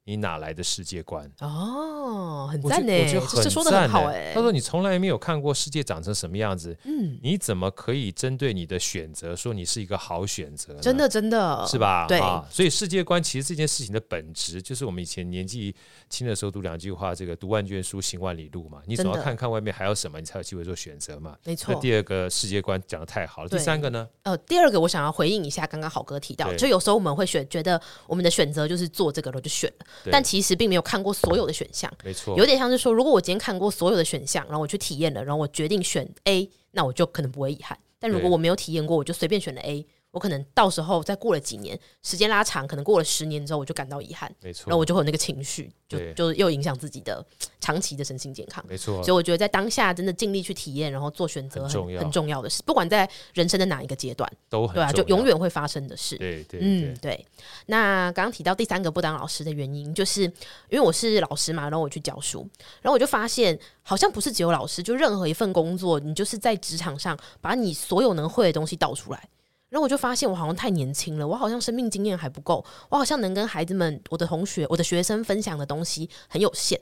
Speaker 1: 你哪来的世界观？
Speaker 2: 哦，很
Speaker 1: 我觉
Speaker 2: 赞呢
Speaker 1: 得我觉，得
Speaker 2: 这这说的
Speaker 1: 赞
Speaker 2: 很好
Speaker 1: 欸
Speaker 2: 哎
Speaker 1: 他。说你从来没有看过世界长成什么样子，
Speaker 2: 嗯，
Speaker 1: 你怎么可以针对你的选择说你是一个好选择呢？
Speaker 2: 真的真的
Speaker 1: 是？吧？
Speaker 2: 对
Speaker 1: 啊，所以世界观其实这件事情的本质，就是我们以前年纪轻的时候读两句话，这个读万卷书，行万里路嘛。你
Speaker 2: 真
Speaker 1: 总
Speaker 2: 的
Speaker 1: 要看看外面还有什么，你才有机会做选择嘛。
Speaker 2: 没
Speaker 1: 那
Speaker 2: 错。
Speaker 1: 第二个世界观讲的太好了，第
Speaker 2: 对
Speaker 1: 三个呢？
Speaker 2: 呃，第二个我想要回应一下刚刚好哥提到，
Speaker 1: 对
Speaker 2: 就有时候我们会选，觉得我们的选择就是做这个了就选了，
Speaker 1: 对
Speaker 2: 但其实并没有看过所有的选项。
Speaker 1: 没错，
Speaker 2: 有点像是说，如果我今天看过所有的选项，然后我去体验了，然后我决定选 A，那我就可能不会遗憾。但如果
Speaker 1: 对
Speaker 2: 我没有体验过，我就随便选了 A，我可能到时候再过了几年，时间拉长，可能过了十年之后，我就感到遗憾，
Speaker 1: 没
Speaker 2: 然后我
Speaker 1: 错，
Speaker 2: 就会有那个情绪，就
Speaker 1: 对
Speaker 2: 就又影响自己的长期的身心健康。
Speaker 1: 没错
Speaker 2: 所以，我觉得在当下真的尽力去体验，然后做选择
Speaker 1: 嗯很
Speaker 2: 很
Speaker 1: 重要
Speaker 2: 很重要的事，不管在人生的哪一个阶段，
Speaker 1: 都很
Speaker 2: 对啊，就
Speaker 1: 重要
Speaker 2: 永远会发生的事。
Speaker 1: 对对
Speaker 2: 嗯
Speaker 1: 对，，
Speaker 2: 对。那刚刚提到第三个不当老师的原因，就是因为我是老师嘛，然后我去教书，然后我就发现，好像不是只有老师，就任何一份工作，你就是在职场上把你所有能会的东西倒出来。然后我就发现我好像太年轻了，我好像生命经验还不够，我好像能跟孩子们、我的同学、我的学生分享的东西很有限，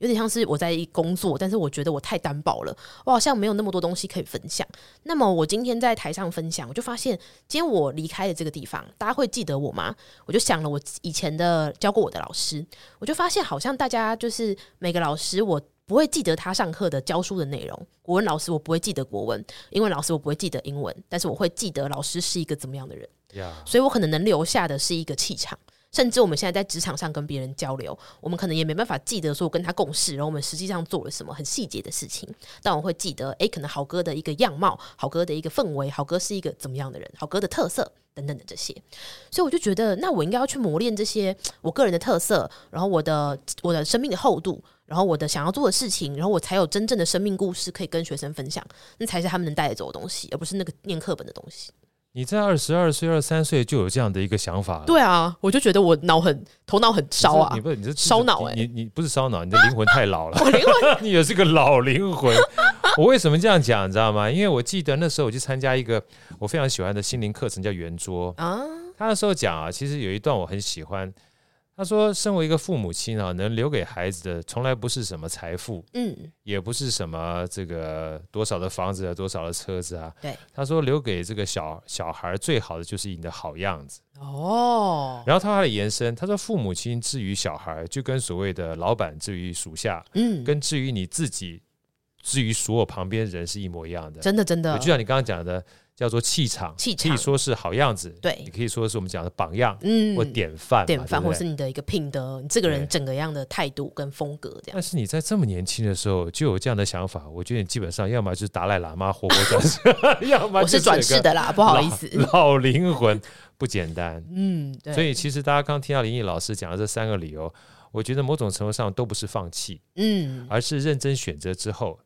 Speaker 2: 有点像是我在工作，但是我觉得我太单薄了，我好像没有那么多东西可以分享。那么我今天在台上分享，我就发现今天我离开了这个地方，大家会记得我吗？我就想了我以前的教过我的老师，我就发现好像大家就是每个老师我。不会记得他上课的教书的内容。国文老师我不会记得国文，英文老师我不会记得英文，但是我会记得老师是一个怎么样的人。
Speaker 1: 呀，
Speaker 2: 所以我可能能留下的是一个气场。甚至我们现在在职场上跟别人交流，我们可能也没办法记得说我跟他共事，然后我们实际上做了什么很细节的事情，但我会记得，诶，可能好哥的一个样貌，好哥的一个氛围，好哥是一个怎么样的人，好哥的特色等等的这些。所以我就觉得，那我应该要去磨练这些我个人的特色，然后我的我的生命的厚度，然后我的想要做的事情，然后我才有真正的生命故事可以跟学生分享，那才是他们能带得走的东西，而不是那个念课本的东西。
Speaker 1: 你在二十二岁、二三岁就有这样的一个想法了。
Speaker 2: 对啊，我就觉得我脑很头脑很
Speaker 1: 你
Speaker 2: 烧
Speaker 1: 这
Speaker 2: 啊
Speaker 1: 你，不是你这
Speaker 2: 烧脑欸
Speaker 1: 你你你不是烧脑，你的灵魂太老了。
Speaker 2: 我灵 魂
Speaker 1: 你也是个老灵魂。我为什么这样讲，你知道吗？因为我记得那时候我去参加一个我非常喜欢的心灵课程，叫圆桌。
Speaker 2: 啊，
Speaker 1: 他那时候讲啊，其实有一段我很喜欢。他说，身为一个父母亲啊，能留给孩子的从来不是什么财富，
Speaker 2: 嗯，
Speaker 1: 也不是什么这个多少的房子啊，多少的车子啊。
Speaker 2: 对，
Speaker 1: 他说留给这个小小孩儿最好的就是你的好样子。
Speaker 2: 哦，
Speaker 1: 然后他还延伸，他说父母亲至于小孩儿，就跟所谓的老板至于属下，
Speaker 2: 嗯，
Speaker 1: 跟至于你自己，至于所有旁边人是一模一样的。
Speaker 2: 真的真的
Speaker 1: 我，就像你刚刚讲的，叫做气场，
Speaker 2: 气
Speaker 1: 可
Speaker 2: 场
Speaker 1: 以说是好样子，
Speaker 2: 对
Speaker 1: 你可以说是我们讲的榜样
Speaker 2: 嗯，
Speaker 1: 或典范嘛，
Speaker 2: 典范，
Speaker 1: 对不
Speaker 2: 或
Speaker 1: 对
Speaker 2: 是你的一个品德，你这个人
Speaker 1: 对
Speaker 2: 整个样的态度跟风格这样
Speaker 1: 但。是你在这么年轻的时候就有这样的想法，我觉得你基本上要么就是达赖喇嘛活活转世， 要么
Speaker 2: 我
Speaker 1: 就是
Speaker 2: 转世
Speaker 1: 的，
Speaker 2: 的啦，不好意思，
Speaker 1: 老灵魂不简单。
Speaker 2: 嗯， 对，
Speaker 1: 所以其实大家刚听到林毅老师讲的这三个理由，我觉得某种程度上都不是放弃，
Speaker 2: 嗯，
Speaker 1: 而是认真选择之后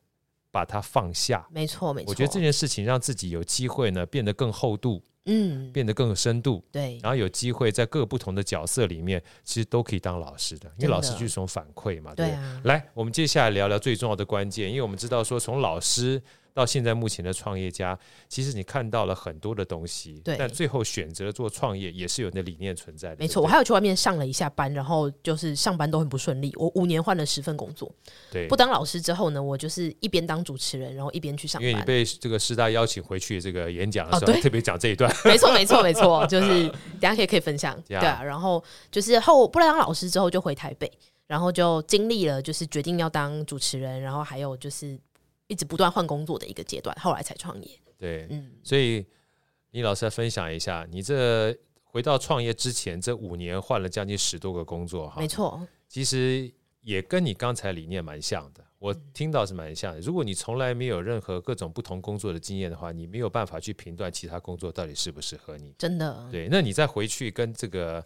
Speaker 1: 把它放下。
Speaker 2: 没错没错，
Speaker 1: 我觉得这件事情让自己有机会呢变得更厚度，
Speaker 2: 嗯，
Speaker 1: 变得更有深度，
Speaker 2: 对，
Speaker 1: 然后有机会在各不同的角色里面，其实都可以当老师的，因为
Speaker 2: 真的
Speaker 1: 老师就是一种反馈嘛，对
Speaker 2: 对
Speaker 1: 不对？
Speaker 2: 啊，
Speaker 1: 来，我们接下来聊聊最重要的关键，因为我们知道说，从老师到现在目前的创业家，其实你看到了很多的东西，
Speaker 2: 对
Speaker 1: 但最后选择了做创业，也是有你的理念存在的。
Speaker 2: 没错，
Speaker 1: 对
Speaker 2: 我
Speaker 1: 不
Speaker 2: 还有去外面上了一下班，然后就是上班都很不顺利，我五年换了十份工作，
Speaker 1: 对
Speaker 2: 不当老师之后呢，我就是一边当主持人，然后一边去上
Speaker 1: 对，因为你
Speaker 2: 班，
Speaker 1: 被这个师大邀请回去这个演讲的
Speaker 2: 哦
Speaker 1: 时候，
Speaker 2: 对
Speaker 1: 特别讲这一 段，
Speaker 2: 没错，没错，没错，就是等一下可以可以分享，对
Speaker 1: Yeah.
Speaker 2: 啊。然后就是后不当老师之后就回台北，然后就经历了就是决定要当主持人，然后还有就是一直不断换工作的一个阶段，后来才创业。
Speaker 1: 对，
Speaker 2: 嗯，
Speaker 1: 所以李老师来分享一下，你这回到创业之前这五年换了将近十多个工作哈
Speaker 2: 没，错，
Speaker 1: 其实也跟你刚才理念蛮像的。我听到是蛮像的。如果你从来没有任何各种不同工作的经验的话，你没有办法去评断其他工作到底适不适合你。
Speaker 2: 真的。
Speaker 1: 对，那你再回去跟这个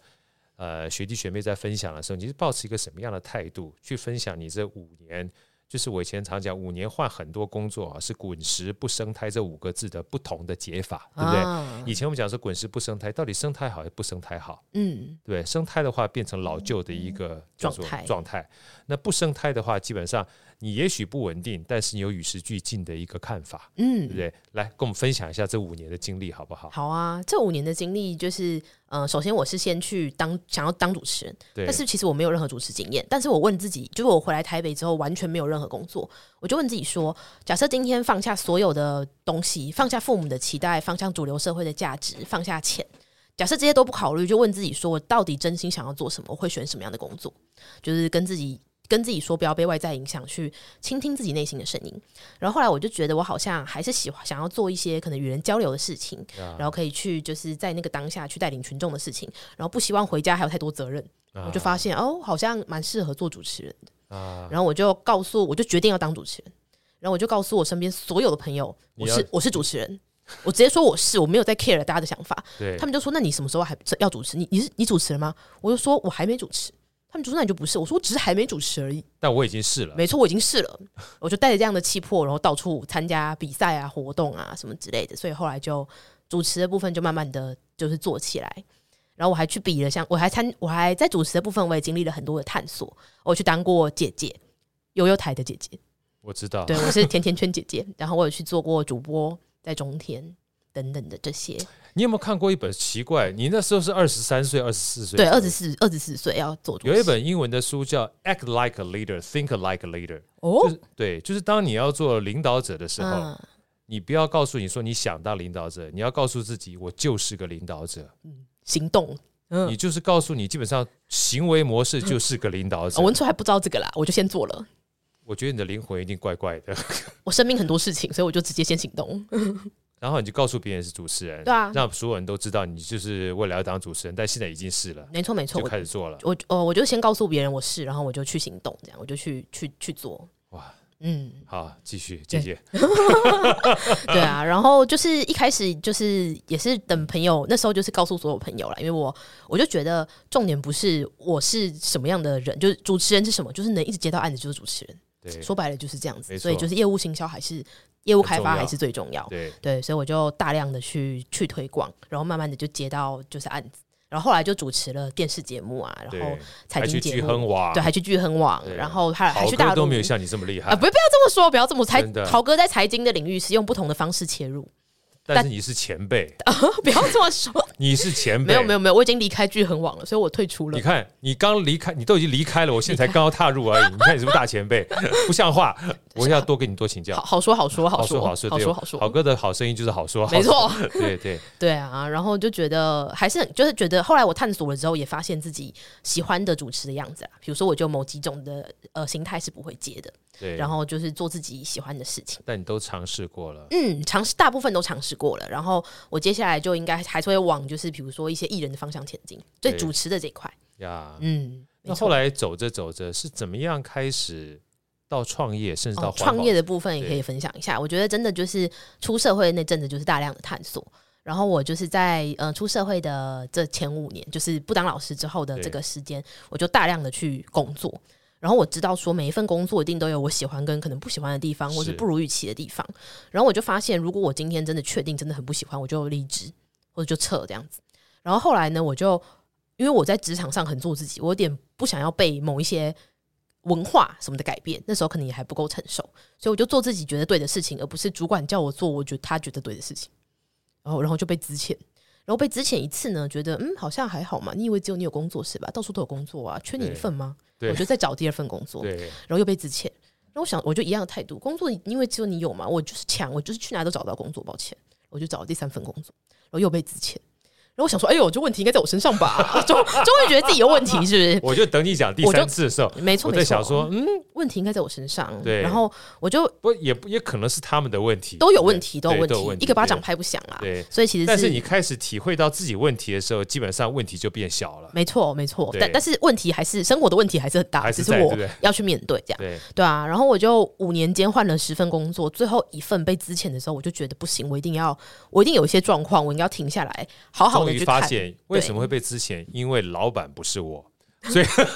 Speaker 1: 呃学弟学妹在分享的时候，你是保持一个什么样的态度去分享你这五年？就是我以前常讲，五年换很多工作啊，是“滚石不生胎”这五个字的不同的解法，对不对？
Speaker 2: 啊，
Speaker 1: 以前我们讲说滚石不生胎，到底生胎好还是不生胎好？
Speaker 2: 嗯，
Speaker 1: 对不对，生胎的话变成老旧的一个叫做
Speaker 2: 状态
Speaker 1: 状态。那不生胎的话，基本上你也许不稳定，但是你有与时俱进的一个看法，对不
Speaker 2: 嗯，
Speaker 1: 对？来跟我们分享一下这五年的经历好不好？
Speaker 2: 好啊。这五年的经历就是，呃，首先我是先去当想要当主持人，
Speaker 1: 对
Speaker 2: 但，是其实我没有任何主持经验，但是我问自己，就是我回来台北之后完全没有任何工作，我就问自己说，假设今天放下所有的东西，放下父母的期待，放下主流社会的价值，放下钱，假设这些都不考虑，就问自己说，我到底真心想要做什么？我会选什么样的工作？就是跟自己。跟自己说，不要被外在影响，去倾听自己内心的声音。然后后来我就觉得，我好像还是喜欢想要做一些可能与人交流的事情，然后可以去就是在那个当下去带领群众的事情，然后不希望回家还有太多责任。
Speaker 1: 啊
Speaker 2: 我就发现哦，好像蛮适合做主持人的。
Speaker 1: 啊，
Speaker 2: 然后我就告诉，我就决定要当主持人。然后我就告诉我身边所有的朋友，
Speaker 1: 你
Speaker 2: 我
Speaker 1: 要
Speaker 2: 是我是主持人，我直接说我是，我没有在 care 大家的想法。
Speaker 1: 对
Speaker 2: 他，们就说：“那你什么时候还要主持？你你是你主持了吗？”我就说：“我还没主持。”他们就说：“那你就不是。”我说：“我只是还没主持而已。
Speaker 1: 但我已经试”了，
Speaker 2: 没错，我已经试了。 我就带着这样的气魄，然后到处参加比赛啊、活动啊什么之类的。所以后来就主持的部分就慢慢的就是做起来。然后我还去比了像，我还参，我还在主持的部分，我也经历了很多的探索。我去当过姐姐，悠悠台的姐姐，
Speaker 1: 我知道，
Speaker 2: 对我是甜甜圈姐姐。然后我有去做过主播，在中天，等等的这些。
Speaker 1: 你有没有看过一本奇怪？你那时候是二十三岁、二十四岁，
Speaker 2: 对，二十四二十四岁要做主
Speaker 1: 有一本英文的书叫《Act Like a Leader, Think Like a Leader》，就
Speaker 2: 哦，
Speaker 1: 是对，就是当你要做领导者的时候，
Speaker 2: 嗯，
Speaker 1: 你不要告诉你说你想当领导者，你要告诉自己我就是个领导者，
Speaker 2: 行动。嗯
Speaker 1: 你，就是告诉你基本上行为模式就是个领导者。
Speaker 2: 哦我文初还不知道这个啦，我就先做了。
Speaker 1: 我觉得你的灵魂一定怪怪的，
Speaker 2: 我生命很多事情，所以我就直接先行动。
Speaker 1: 嗯然后你就告诉别人是主持人，
Speaker 2: 对啊
Speaker 1: 让所有人都知道你就是未来要当主持人，但现在已经是了，
Speaker 2: 没错，没错，
Speaker 1: 就
Speaker 2: 我
Speaker 1: 开始做了。
Speaker 2: 我哦，我就先告诉别人我是，然后我就去行动，这样我就去去去做。
Speaker 1: 哇，
Speaker 2: 嗯，
Speaker 1: 好，继续，姐姐，
Speaker 2: 对啊，然后就是一开始就是也是等朋友，那时候就是告诉所有朋友了，因为我我就觉得重点不是我是什么样的人，就是主持人是什么，就是能一直接到案子就是主持人，
Speaker 1: 对
Speaker 2: 说白了就是这样子，
Speaker 1: 没错
Speaker 2: 所以就是业务行销还是业务开
Speaker 1: 很重
Speaker 2: 发
Speaker 1: 要
Speaker 2: 还是最重要。
Speaker 1: 对，
Speaker 2: 对，所以我就大量的去去推广，然后慢慢的就接到就是案子，然后后来就主持了电视节目啊，然后
Speaker 1: 对，
Speaker 2: 财
Speaker 1: 还去
Speaker 2: 经节
Speaker 1: 聚
Speaker 2: 目
Speaker 1: 亨，娃，
Speaker 2: 对，还去聚亨网
Speaker 1: 对，
Speaker 2: 然后还还
Speaker 1: 好
Speaker 2: 去大
Speaker 1: 歌
Speaker 2: 陆
Speaker 1: 都没有像你这么厉
Speaker 2: 啊，
Speaker 1: 害
Speaker 2: 不，，不要这么说，不要这么猜
Speaker 1: 真的。
Speaker 2: 豪哥在财经的领域是用不同的方式切入，
Speaker 1: 但是你是前辈，
Speaker 2: 不要这 么说。
Speaker 1: 你是前
Speaker 2: 啊没
Speaker 1: 辈，
Speaker 2: 有没有没有，我已经离开聚恒网了，所以我退出了
Speaker 1: 你。看，你刚离开，你都已经离开了，我现在才刚刚踏入而已。你看你是不是大前辈？ 不像话！我要多跟你多请教
Speaker 2: 好。好说好说好
Speaker 1: 说
Speaker 2: 说
Speaker 1: 好说
Speaker 2: 好
Speaker 1: 对
Speaker 2: 说好说
Speaker 1: 好哥的好声音就是好说，
Speaker 2: 没
Speaker 1: 好
Speaker 2: 错
Speaker 1: 说， 对对，
Speaker 2: 对啊，然后就觉得还是很，就是觉得后来我探索了之后，也发现自己喜欢的主持的样子啦。啊比如说，我就某几种的呃形态是不会接的，
Speaker 1: 对。
Speaker 2: 然，后就是做自己喜欢的事情。
Speaker 1: 但你都尝试过了，
Speaker 2: 嗯，尝试大部分都尝试过了，然后我接下来就应该还是会往就是比如说一些艺人的方向前进，对
Speaker 1: 对
Speaker 2: 主持的这一块，
Speaker 1: 呀。
Speaker 2: 嗯，
Speaker 1: 那
Speaker 2: 没
Speaker 1: 后
Speaker 2: 错。
Speaker 1: 来走着走着是怎么样开始到创业，甚至到
Speaker 2: 哦，
Speaker 1: 环保
Speaker 2: 创业？的部分也
Speaker 1: 对
Speaker 2: 可以分享一下。我觉得真的就是出社会那阵子，就是大量的探索。然后我就是在呃出社会的这前五年，就是不当老师之后的
Speaker 1: 对
Speaker 2: 这个时间，我就大量的去工作。然后我知道说每一份工作一定都有我喜欢跟可能不喜欢的地方，或是
Speaker 1: 是
Speaker 2: 不如预期的地方。然后我就发现，如果我今天真的确定真的很不喜欢，我就离职或者就撤这样子。然后后来呢，我就因为我在职场上很做自己，我有点不想要被某一些文化什么的改变，那时候可能也还不够成熟，所以我就做自己觉得对的事情，而不是主管叫我做我觉得他觉得对的事情。然后，然后就被资遣，然后被资遣一次呢，觉得嗯好像还好嘛，你以为只有你有工作是吧？到处都有工作啊，缺你一
Speaker 1: 对
Speaker 2: 份吗？
Speaker 1: 对
Speaker 2: 我就再找第二份工作，
Speaker 1: 对
Speaker 2: 然后又被资遣。然后我想，我就一样的态度，工作因为只有你有嘛，我就是抢，我就是去哪都找不到工作，抱歉，我就找了第三份工作，然后又被资遣。然后我想说，哎呦，这问题应该在我身上吧？ 终终于觉得自己有问题，是不
Speaker 1: 我就等你讲第
Speaker 2: 我就
Speaker 1: 三次的时候，
Speaker 2: 是？ 没错，
Speaker 1: 我
Speaker 2: 没
Speaker 1: 在
Speaker 2: 错。
Speaker 1: 想说，嗯，
Speaker 2: 问题应该在我身上。
Speaker 1: 对
Speaker 2: 然后我就
Speaker 1: 不也不也可能是他们的问题，
Speaker 2: 都有
Speaker 1: 对
Speaker 2: 问题，都有
Speaker 1: 对
Speaker 2: 问
Speaker 1: 都
Speaker 2: 题，一个巴掌拍不响啦。
Speaker 1: 对。对
Speaker 2: 所以其实
Speaker 1: 但是你开始体会到自己问题的时候，基本上问题就变小了。
Speaker 2: 没错，没错
Speaker 1: 对，
Speaker 2: 但但是问题还是生活的问题还是很大，
Speaker 1: 还是
Speaker 2: 只
Speaker 1: 在
Speaker 2: 我
Speaker 1: 对不对
Speaker 2: 要去面对这样。
Speaker 1: 对，
Speaker 2: 对啊，然后我就五年间换了十份工作，最后一份被资遣的时候，我就觉得不行，我一定要，我一定有一些状况，我应该要停下来，好好
Speaker 1: 终
Speaker 2: 的
Speaker 1: 于
Speaker 2: 去
Speaker 1: 发
Speaker 2: 看。
Speaker 1: 现为什么会被之前，因为老板不是我，所以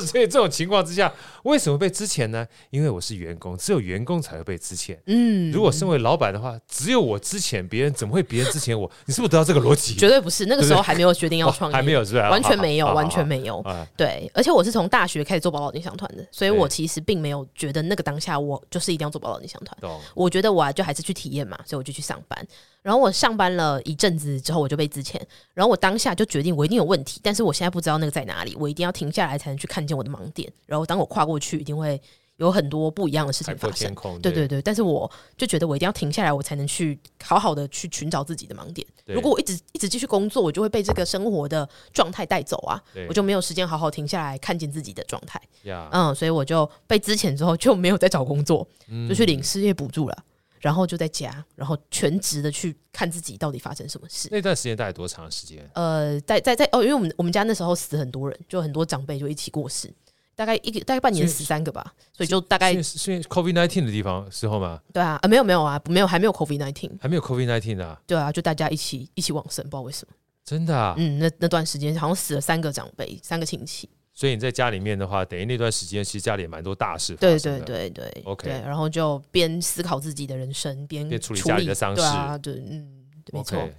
Speaker 1: 所以这种情况之下，为什么被之前呢？因为我是员工，只有员工才会被之前。
Speaker 2: 嗯，
Speaker 1: 如果身为老板的话，只有我之前，别人怎么会别人之前我？你是不是得到这个逻辑？
Speaker 2: 绝对不是那个时候还没有决定要
Speaker 1: 哦
Speaker 2: 创业，
Speaker 1: 还没有是吧？
Speaker 2: 完全没有，
Speaker 1: 好好好
Speaker 2: 完全没有。
Speaker 1: 好啊！
Speaker 2: 对，而且我是从大学开始做宝岛理想团的，所以
Speaker 1: 对
Speaker 2: 我其实并没有觉得那个当下我就是一定要做宝岛理想团。
Speaker 1: 懂
Speaker 2: 我觉得我、啊、就还是去体验嘛，所以我就去上班。然后我上班了一阵子之后，我就被之前，然后我当下就决定我一定有问题，但是我现在不知道那个在哪里，我一定要停下来才能去看见我的盲点。然后当我跨过去，一定会有很多不一样的事
Speaker 1: 海
Speaker 2: 情
Speaker 1: 阔
Speaker 2: 发
Speaker 1: 天
Speaker 2: 生。
Speaker 1: 空，
Speaker 2: 对对对，但是我就觉得我一定要停下来，我才能去好好的去寻找自己的盲点。
Speaker 1: 对
Speaker 2: 如果我一直一直继续工作，我就会被这个生活的状态带走啊
Speaker 1: 对，
Speaker 2: 我就没有时间好好停下来看见自己的状态。
Speaker 1: 呀，
Speaker 2: 嗯，所以我就被之前之后就没有再找工作，
Speaker 1: 嗯
Speaker 2: 就去领失业补助了，然后就在家，然后全职的去看自己到底发生什么事。
Speaker 1: 那段时间大概多长时间？
Speaker 2: 呃，在在在哦，因为我们我们家那时候死很多人，就很多长辈就一起过世，大概一个大概半年
Speaker 1: 所以
Speaker 2: 死三个吧，所以就大概
Speaker 1: 是是因为 COVID nineteen 的地方时候吗？
Speaker 2: 对啊啊没有没有啊没有还没有 COVID nineteen，
Speaker 1: 还没有 COVID nineteen 啊，
Speaker 2: 对啊，就大家一起一起往生，不知道为什么，
Speaker 1: 真的啊。
Speaker 2: 嗯，那那段时间好像死了三个长辈，三个亲戚，
Speaker 1: 所以你在家里面的话，等于那段时间其实家里也蛮多大事发
Speaker 2: 对
Speaker 1: 生
Speaker 2: 对
Speaker 1: 的。
Speaker 2: 对对
Speaker 1: OK
Speaker 2: 对，然后就边思考自己的人生，边
Speaker 1: 边处理家里的丧
Speaker 2: 对
Speaker 1: 事
Speaker 2: 啊，对，嗯，没错。
Speaker 1: OK，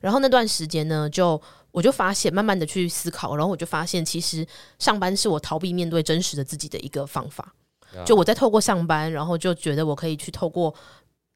Speaker 2: 然后那段时间呢，就我就发现，慢慢的去思考，然后我就发现，其实上班是我逃避面对真实的自己的一个方法。
Speaker 1: 呀
Speaker 2: 就我在透过上班，然后就觉得我可以去透过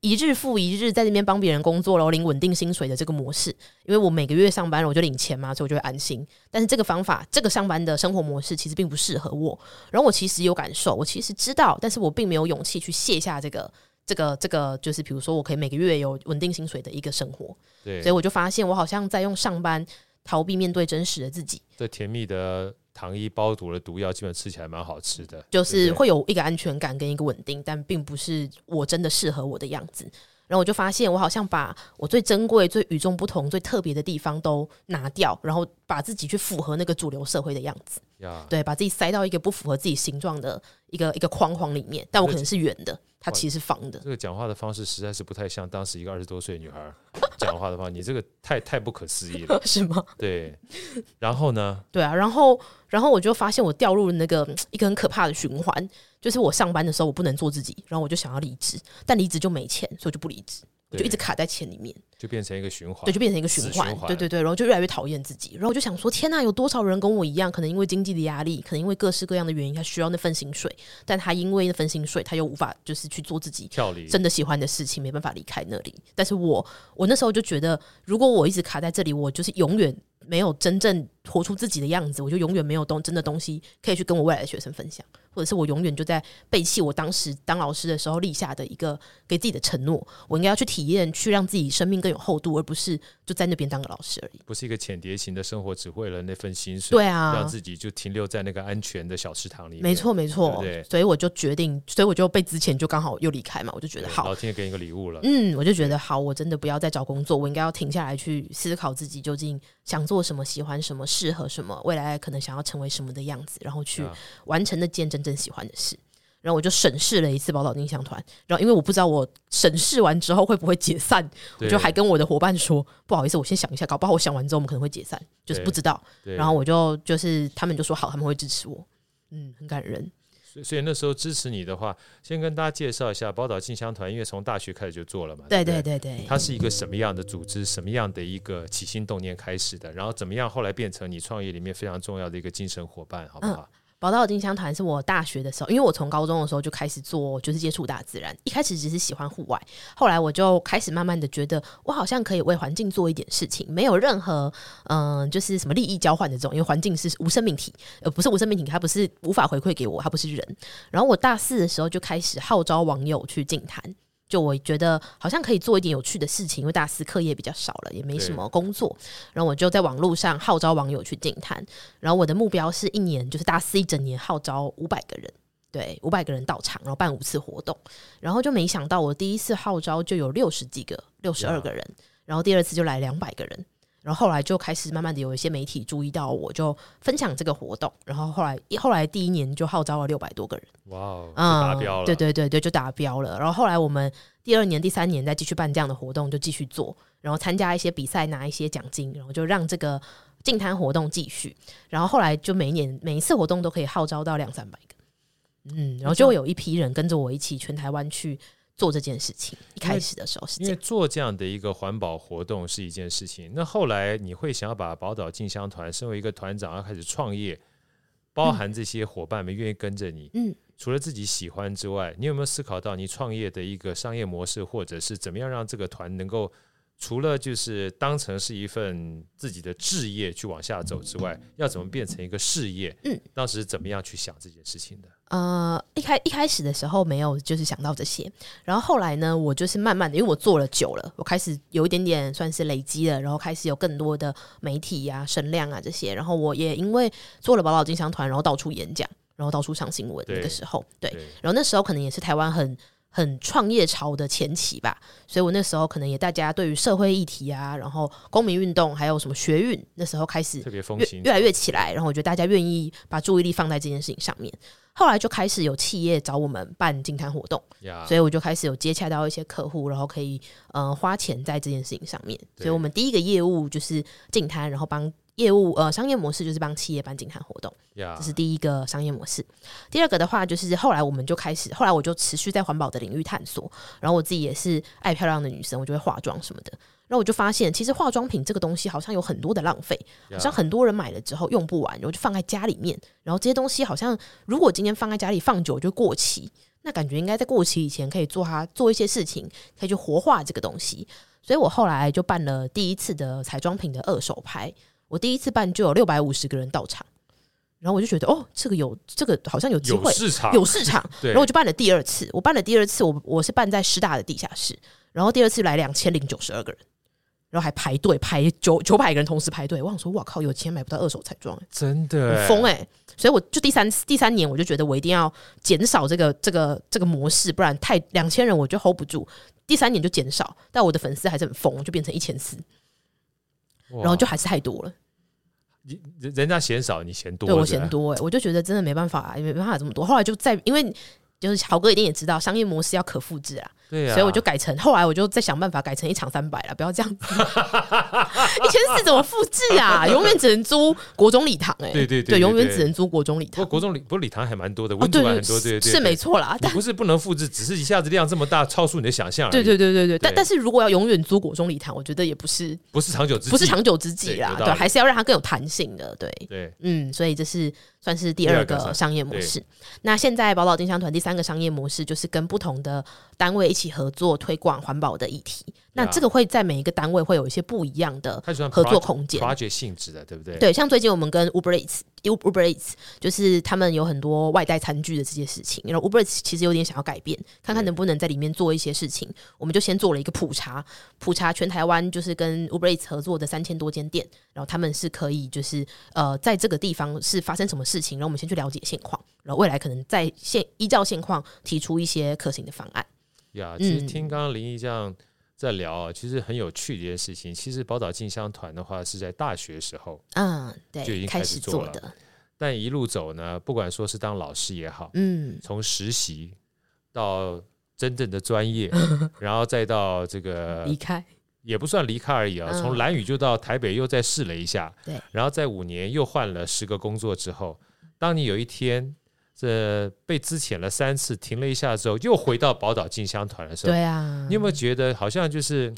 Speaker 2: 一日复一日在那边帮别人工作，然后领稳定薪水的这个模式，因为我每个月上班了我就领钱嘛，所以我就会安心。但是这个方法，这个上班的生活模式其实并不适合我。然后我其实有感受，我其实知道，但是我并没有勇气去卸下这个、这个、这个，就是比如说我可以每个月有稳定薪水的一个生活。
Speaker 1: 对
Speaker 2: 所以，我就发现，我好像在用上班逃避面对真实的自己，
Speaker 1: 这甜蜜的糖衣包毒的毒药，基本吃起来蛮好吃的，
Speaker 2: 就是
Speaker 1: 对不对
Speaker 2: 会有一个安全感跟一个稳定，但并不是我真的适合我的样子。然后我就发现，我好像把我最珍贵、最与众不同、最特别的地方都拿掉，然后把自己去符合那个主流社会的样子，
Speaker 1: 呀。
Speaker 2: 对，把自己塞到一个不符合自己形状的一个一个框框里面。但我可能是圆的，它其实是方的。
Speaker 1: 这个讲话的方式实在是不太像当时一个二十多岁的女孩儿讲话的话，你这个太太不可思议 了。
Speaker 2: 是吗？
Speaker 1: 对，然后呢？
Speaker 2: 对啊，然后，然后我就发现我掉入了那个一个很可怕的循环，就是我上班的时候我不能做自己，然后我就想要离职，但离职就没钱，所以我就不离职，我就
Speaker 1: 对
Speaker 2: 一直卡在钱里面。
Speaker 1: 就变成一个循环
Speaker 2: 对，，就变成一个循
Speaker 1: 死
Speaker 2: 环，
Speaker 1: 循环
Speaker 2: 对对对，然后就越来越讨厌自己，然后我就想说，天呐，有多少人跟我一样，可能因为经济的压力，可能因为各式各样的原因，他需要那份薪水，但他因为那份薪水，他又无法就是去做自己
Speaker 1: 跳离。
Speaker 2: 真的喜欢的事情，没办法离开那里。但是我我那时候就觉得，如果我一直卡在这里，我就是永远没有真正活出自己的样子，我就永远没有东真的东西可以去跟我未来的学生分享，或者是我永远就在背弃我当时当老师的时候立下的一个给自己的承诺，我应该要去体验，去让自己生命更有厚度，而不是就在那边当个老师而已。
Speaker 1: 不是一个浅碟型的生活，只为了那份薪水，
Speaker 2: 对啊
Speaker 1: 让，自己就停留在那个安全的小池塘里面。
Speaker 2: 没，错没错
Speaker 1: 对不对，
Speaker 2: 所以我就决定，所以我就被之前就刚好又离开嘛，我就觉得好，
Speaker 1: 老天爷给你一个礼物了。
Speaker 2: 嗯，我就觉得好，我真的不要再找工作，我应该要停下来去思考自己究竟想做什么、喜欢什么、适合什么，未来可能想要成为什么的样子，然后去
Speaker 1: 啊
Speaker 2: 完成那件真正喜欢的事。然后我就审视了一次宝岛印象团，然后因为我不知道我审视完之后会不会解散，我
Speaker 1: 对
Speaker 2: 就还跟我的伙伴说，不好意思，我先想一下，搞不好我想完之后我们可能会解散，就是不
Speaker 1: 对
Speaker 2: 知道。
Speaker 1: 对，
Speaker 2: 然后我就就是他们就说好，他们会支持我，嗯，很感人。
Speaker 1: 所以所以那时候支持你的话，先跟大家介绍一下宝岛进香团，因为从大学开始就做了嘛。
Speaker 2: 对
Speaker 1: 不
Speaker 2: 对对对，
Speaker 1: 它是一个什么样的组织，什么样的一个起心动念开始的，然后怎么样后来变成你创业里面非常重要的一个精神伙伴，好不好？
Speaker 2: 宝岛丁香团是我大学的时候，因为我从高中的时候就开始做，就是接触大自然。一开始只是喜欢户外，后来我就开始慢慢的觉得，我好像可以为环境做一点事情，没有任何嗯、就是什么利益交换的这种，因为环境是无生命体，呃，不是无生命体，它不是无法回馈给我，它不是人。然后我大四的时候就开始号召网友去净坛。就我觉得好像可以做一点有趣的事情，因为大四课业比较少了，也没什么工作，然后我就在网络上号召网友去净坛，然后我的目标是一年就是大四一整年号召五百个人，对，五百个人到场，然后办五次活动，然后就没想到我第一次号召就有六十几个，六十二个人，然后第二次就来两百个人。然后后来就开始慢慢的有一些媒体注意到我，就分享这个活动。然后后来后来第一年就号召了六百多个人，
Speaker 1: 哇哦，就
Speaker 2: 嗯，
Speaker 1: 达标了，
Speaker 2: 对对对对，就达标了。然后后来我们第二年、第三年再继续办这样的活动，就继续做，然后参加一些比赛，拿一些奖金，然后就让这个净滩活动继续。然后后来就每一年每一次活动都可以号召到两三百个，嗯，然后就会有一批人跟着我一起全台湾去做这件事情。一开始的时候是这
Speaker 1: 因为
Speaker 2: 样，
Speaker 1: 做这样的一个环保活动是一件事情，那后来你会想要把宝岛进香团身为一个团长，要开始创业，包含这些伙伴们愿意跟着你，
Speaker 2: 嗯，
Speaker 1: 除了自己喜欢之外，你有没有思考到你创业的一个商业模式，或者是怎么样让这个团能够除了就是当成是一份自己的置业去往下走之外，要怎么变成一个事业？
Speaker 2: 嗯，
Speaker 1: 当时怎么样去想这件事情的？
Speaker 2: 呃，一开一开始的时候没有就是想到这些，然后后来呢，我就是慢慢的，因为我做了久了，我开始有一点点算是累积了，然后开始有更多的媒体呀、声量啊这些，然后我也因为做了宝岛金香团，然后到处演讲，然后到处上新闻，
Speaker 1: 对
Speaker 2: 那个时候对，
Speaker 1: 对，
Speaker 2: 然后那时候可能也是台湾很很创业潮的前期吧，所以我那时候可能也大家对于社会议题啊，然后公民运动，还有什么学运，那时候开始
Speaker 1: 特别风
Speaker 2: 越
Speaker 1: 行
Speaker 2: 越来越起来，然后我觉得大家愿意把注意力放在这件事情上面。后来就开始有企业找我们办净滩活动，
Speaker 1: 呀
Speaker 2: 所，以我就开始有接洽到一些客户，然后可以呃花钱在这件事情上面。
Speaker 1: 对
Speaker 2: 所以我们第一个业务就是净滩，然后帮业务呃商业模式就是帮企业办净滩活动。
Speaker 1: 呀
Speaker 2: 这是第一个商业模式。第二个的话，就是后来我们就开始，后来我就持续在环保的领域探索。然后我自己也是爱漂亮的女生，我就会化妆什么的。然后我就发现，其实化妆品这个东西好像有很多的浪费，好像很多人买了之后用不完，然后就放在家里面。然后这些东西好像如果今天放在家里放久就过期，那感觉应该在过期以前可以做它做一些事情，可以去活化这个东西。所以我后来就办了第一次的彩妆品的二手拍，我第一次办就有六百五十个人到场，然后我就觉得哦，这个有这个好像有机
Speaker 1: 有
Speaker 2: 会，
Speaker 1: 市场，
Speaker 2: 有市场。
Speaker 1: 对，
Speaker 2: 然后我就办了第二次，我办了第二次，我我是办在师大的地下室，然后第二次来两千零九十二个人，然后还排队排九九百个人同时排队，我想说，哇靠，有钱买不到二手彩妆、欸，
Speaker 1: 真的
Speaker 2: 很疯哎、所以我就第三次第三年我就觉得我一定要减少这个这个这个模式，不然太两千人我就 hold 不住。第三年就减少，但我的粉丝还是很疯，就变成一千四，
Speaker 1: 哇
Speaker 2: 然后就还是太多了。
Speaker 1: 你人人家嫌少，你嫌多，啊
Speaker 2: 对我嫌，多哎、我就觉得真的没办法、啊也没办法这么多。后来就在因为就是豪哥一定也知道，商业模式要可复制啊，
Speaker 1: 对啊，
Speaker 2: 所以我就改成，后来我就再想办法改成一场三百了，不要这样子， 一千四怎么复制 啊？永远只能租国中礼堂哎、欸，
Speaker 1: 对对对对
Speaker 2: 永远
Speaker 1: 对
Speaker 2: 只能租国中礼
Speaker 1: 不过
Speaker 2: 堂，
Speaker 1: 国中礼不过礼堂还蛮多的，
Speaker 2: 哦
Speaker 1: 温
Speaker 2: 对
Speaker 1: 度还
Speaker 2: 对
Speaker 1: 很多，对对
Speaker 2: 是
Speaker 1: 对，嗯
Speaker 2: 是没错啦，
Speaker 1: 你
Speaker 2: 但
Speaker 1: 不是不能复制，只是一下子量这么大，超出你的想象而已。
Speaker 2: 对对对对对，但
Speaker 1: 对
Speaker 2: 但是如果要永远租国中礼堂，我觉得也不是
Speaker 1: 不是长久之计，
Speaker 2: 不是长久之计
Speaker 1: 对
Speaker 2: 啦
Speaker 1: 有，道
Speaker 2: 对，
Speaker 1: 理
Speaker 2: 还是要让它更有弹性的，对。
Speaker 1: 对
Speaker 2: 嗯，所以这是算是第
Speaker 1: 第
Speaker 2: 二
Speaker 1: 二个
Speaker 2: 个
Speaker 1: 商
Speaker 2: 商业模
Speaker 1: 对
Speaker 2: 式。那现在宝岛丁香团第三个商业模式就是跟不同的单位一起合作推广环保的议题。那
Speaker 1: 对啊
Speaker 2: 这个会在每一个单位会有一些不一样的
Speaker 1: 它就算
Speaker 2: 合作
Speaker 1: project-
Speaker 2: 空间。
Speaker 1: project 性质的，对不对？
Speaker 2: 对，像最近我们跟 Uber Eats、Uber Eats，就是他们有很多外带餐具的这些事情，然后 Uber Eats 其实有点想要改变，看看能不能在里面做一些事情。我们就先做了一个普查，普查全台湾就是跟 Uber Eats 合作的三千多间店，然后他们是可以就是呃在这个地方是发生什么事情，然后我们先去了解现况，然后未来可能在现依照现况提出一些可行的方案。
Speaker 1: 呀，其实
Speaker 2: 嗯
Speaker 1: 听刚刚林毅这样在聊啊，其实很有趣的一件事情。其实宝岛进香团的话是在大学时候，
Speaker 2: 嗯，
Speaker 1: 就已
Speaker 2: 对，
Speaker 1: 经
Speaker 2: 开
Speaker 1: 开始
Speaker 2: 始
Speaker 1: 做
Speaker 2: 做
Speaker 1: 了
Speaker 2: 的，
Speaker 1: 但一路走呢，不管说是当老师也好，
Speaker 2: 嗯，
Speaker 1: 从实习到真正的专 业，然后再到这个
Speaker 2: 离开，
Speaker 1: 也不算离开而已啊，
Speaker 2: 嗯
Speaker 1: 从蓝屿就到台北又再试了一下，
Speaker 2: 对，
Speaker 1: 然后在五年又换了十个工作之后，当你有一天这被资遣了三次，停了一下之后，又回到宝岛进香团的时候，
Speaker 2: 对啊
Speaker 1: 你，有没有觉得好像就是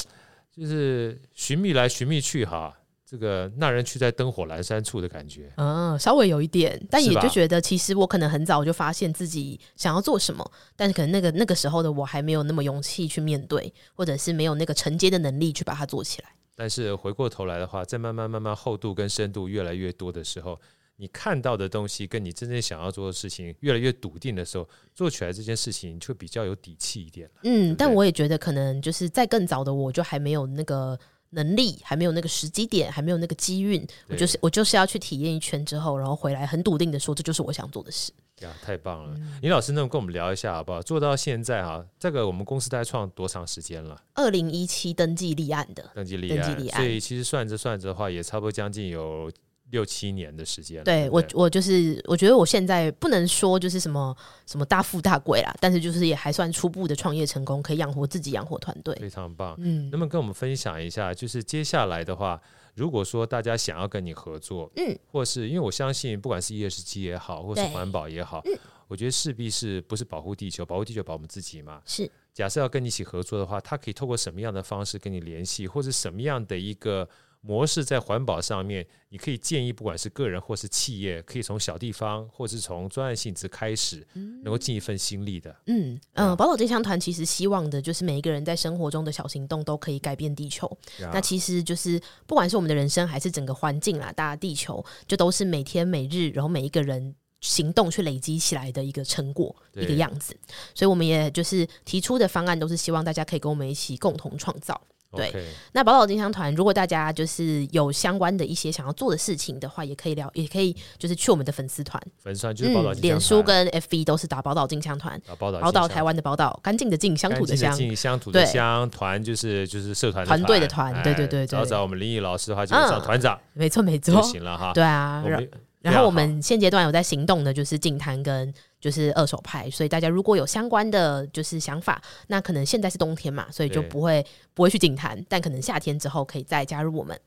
Speaker 1: 就是寻觅来寻觅去哈，这个那人去在灯火阑珊处的感觉？
Speaker 2: 嗯，稍微有一点，但
Speaker 1: 是
Speaker 2: 也
Speaker 1: 吧
Speaker 2: 就觉得其实我可能很早就发现自己想要做什么，但是可能那个那个时候的我还没有那么勇气去面对，或者是没有那个承接的能力去把它做起来。
Speaker 1: 但是回过头来的话，再慢慢慢慢厚度跟深度越来越多的时候，你看到的东西跟你真正想要做的事情越来越笃定的时候，做起来这件事情就比较有底气一点了。
Speaker 2: 嗯，
Speaker 1: 对
Speaker 2: 但我也觉得可能就是在更早的我就还没有那个能力，还没有那个时机点，还没有那个机运，我
Speaker 1: 对
Speaker 2: 就是我就是要去体验一圈之后，然后回来很笃定的说这就是我想做的事。
Speaker 1: 呀，太棒了！
Speaker 2: 嗯
Speaker 1: 林老师，那么跟我们聊一下好不好？做到现在哈、这个我们公司大概创多长时间了？
Speaker 2: 二零一七登记立案的，
Speaker 1: 登记立
Speaker 2: 登
Speaker 1: 案，
Speaker 2: 记立案
Speaker 1: 所以其实算着算着的话，也差不多将近有六七年的时间了。
Speaker 2: 对
Speaker 1: 不
Speaker 2: 我，我就是我觉得我现在不能说就是什么什么大富大贵啦，但是就是也还算初步的创业成功，可以养活自己，养活团队。
Speaker 1: 非常棒。
Speaker 2: 嗯
Speaker 1: 那么跟我们分享一下，就是接下来的话，如果说大家想要跟你合作，
Speaker 2: 嗯，
Speaker 1: 或是因为我相信，不管是 ESG 也好，或是
Speaker 2: 对嗯
Speaker 1: 环保也好，我觉得势必是不是保护地球，保护地球保我们自己嘛。
Speaker 2: 是，
Speaker 1: 假设要跟你一起合作的话，他可以透过什么样的方式跟你联系，或者什么样的一个模式在环保上面，你可以建议，不管是个人或是企业，可以从小地方或是从专案性质开始，能够尽一份心力的。
Speaker 2: 嗯
Speaker 1: 啊
Speaker 2: 嗯，宝岛这香团其实希望的就是每一个人在生活中的小行动都可以改变地球。
Speaker 1: 呀
Speaker 2: 嗯那其实就是不管是我们的人生还是整个环境啦，大家地球就都是每天每日，然后每一个人。行动去累积起来的一个成果，
Speaker 1: 对
Speaker 2: 一个样子，所以我们也就是提出的方案都是希望大家可以跟我们一起共同创造。对
Speaker 1: OK，
Speaker 2: 那宝岛金香团，如果大家就是有相关的一些想要做的事情的话，也可以聊，也可以就是去我们的粉丝团，
Speaker 1: 粉丝团就是报道进
Speaker 2: 嗯脸
Speaker 1: 香
Speaker 2: 书
Speaker 1: 团
Speaker 2: 跟 FB 都是打宝岛金香团，
Speaker 1: 啊报道
Speaker 2: 宝岛
Speaker 1: 进香
Speaker 2: 台湾的宝岛，干净的净，乡
Speaker 1: 干
Speaker 2: 土的
Speaker 1: 净
Speaker 2: 乡。
Speaker 1: 净乡土的
Speaker 2: 对
Speaker 1: 乡团就是就是社团
Speaker 2: 团队的团
Speaker 1: 团，
Speaker 2: 对
Speaker 1: 哎
Speaker 2: 对对对
Speaker 1: 找找我们林毅老师的话，就
Speaker 2: 嗯
Speaker 1: 找团长
Speaker 2: 没错没
Speaker 1: 就
Speaker 2: 错，
Speaker 1: 行了哈。
Speaker 2: 对啊
Speaker 1: 我。
Speaker 2: 然
Speaker 1: 们
Speaker 2: 然后我
Speaker 1: 非常
Speaker 2: 们现阶段有在行动的就是净摊跟就是二手拍，所以大家如果有相关的就是想法，那可能现在是冬天嘛，所以就
Speaker 1: 对
Speaker 2: 不会不会去净摊，但可能夏天之后可以再加入我们。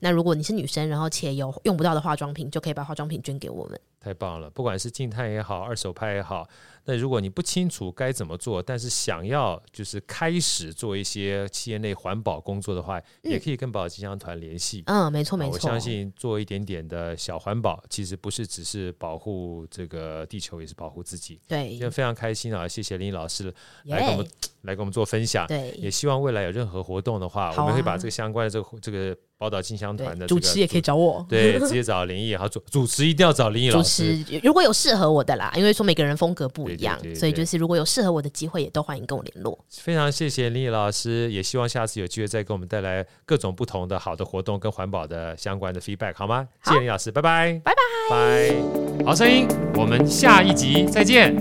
Speaker 2: 那如果你是女生，然后且有用不到的化妆品，就可以把化妆品捐给我们。
Speaker 1: 太棒了！不管是静态也好，二手拍也好，那如果你不清楚该怎么做，但是想要就是开始做一些企业内环保工作的话，也可以跟宝吉祥团联系。
Speaker 2: 嗯，没错
Speaker 1: 啊
Speaker 2: 没
Speaker 1: 我
Speaker 2: 错
Speaker 1: 相，信做一点点的小环保，其实不是只是保护这个地球，也是保护自己。
Speaker 2: 对
Speaker 1: 今，天非常开心啊！谢谢林老师来
Speaker 2: 耶
Speaker 1: 跟我们来跟我们做分享，也
Speaker 2: 对
Speaker 1: 希望未来有任何活动的话，
Speaker 2: 好
Speaker 1: 我们会把
Speaker 2: 啊
Speaker 1: 这个相关的这个这个宝岛进香团的这
Speaker 2: 对，主
Speaker 1: 个
Speaker 2: 持也可以找我。
Speaker 1: 对，直接找林毅，好主主持一定要找林毅老
Speaker 2: 主
Speaker 1: 师。
Speaker 2: 持如果有适合我的啦，因为说每个人风格不一样，
Speaker 1: 对对对对
Speaker 2: 所以就是如果有适合我的机会，也都欢迎跟我联络。
Speaker 1: 非常谢谢林毅老师，也希望下次有机会再给我们带来各种不同的好的活动跟环保的相关的 feedback，好吗？谢谢林老师，拜拜，
Speaker 2: 拜
Speaker 1: 拜，拜，好声音，我们下一集再见，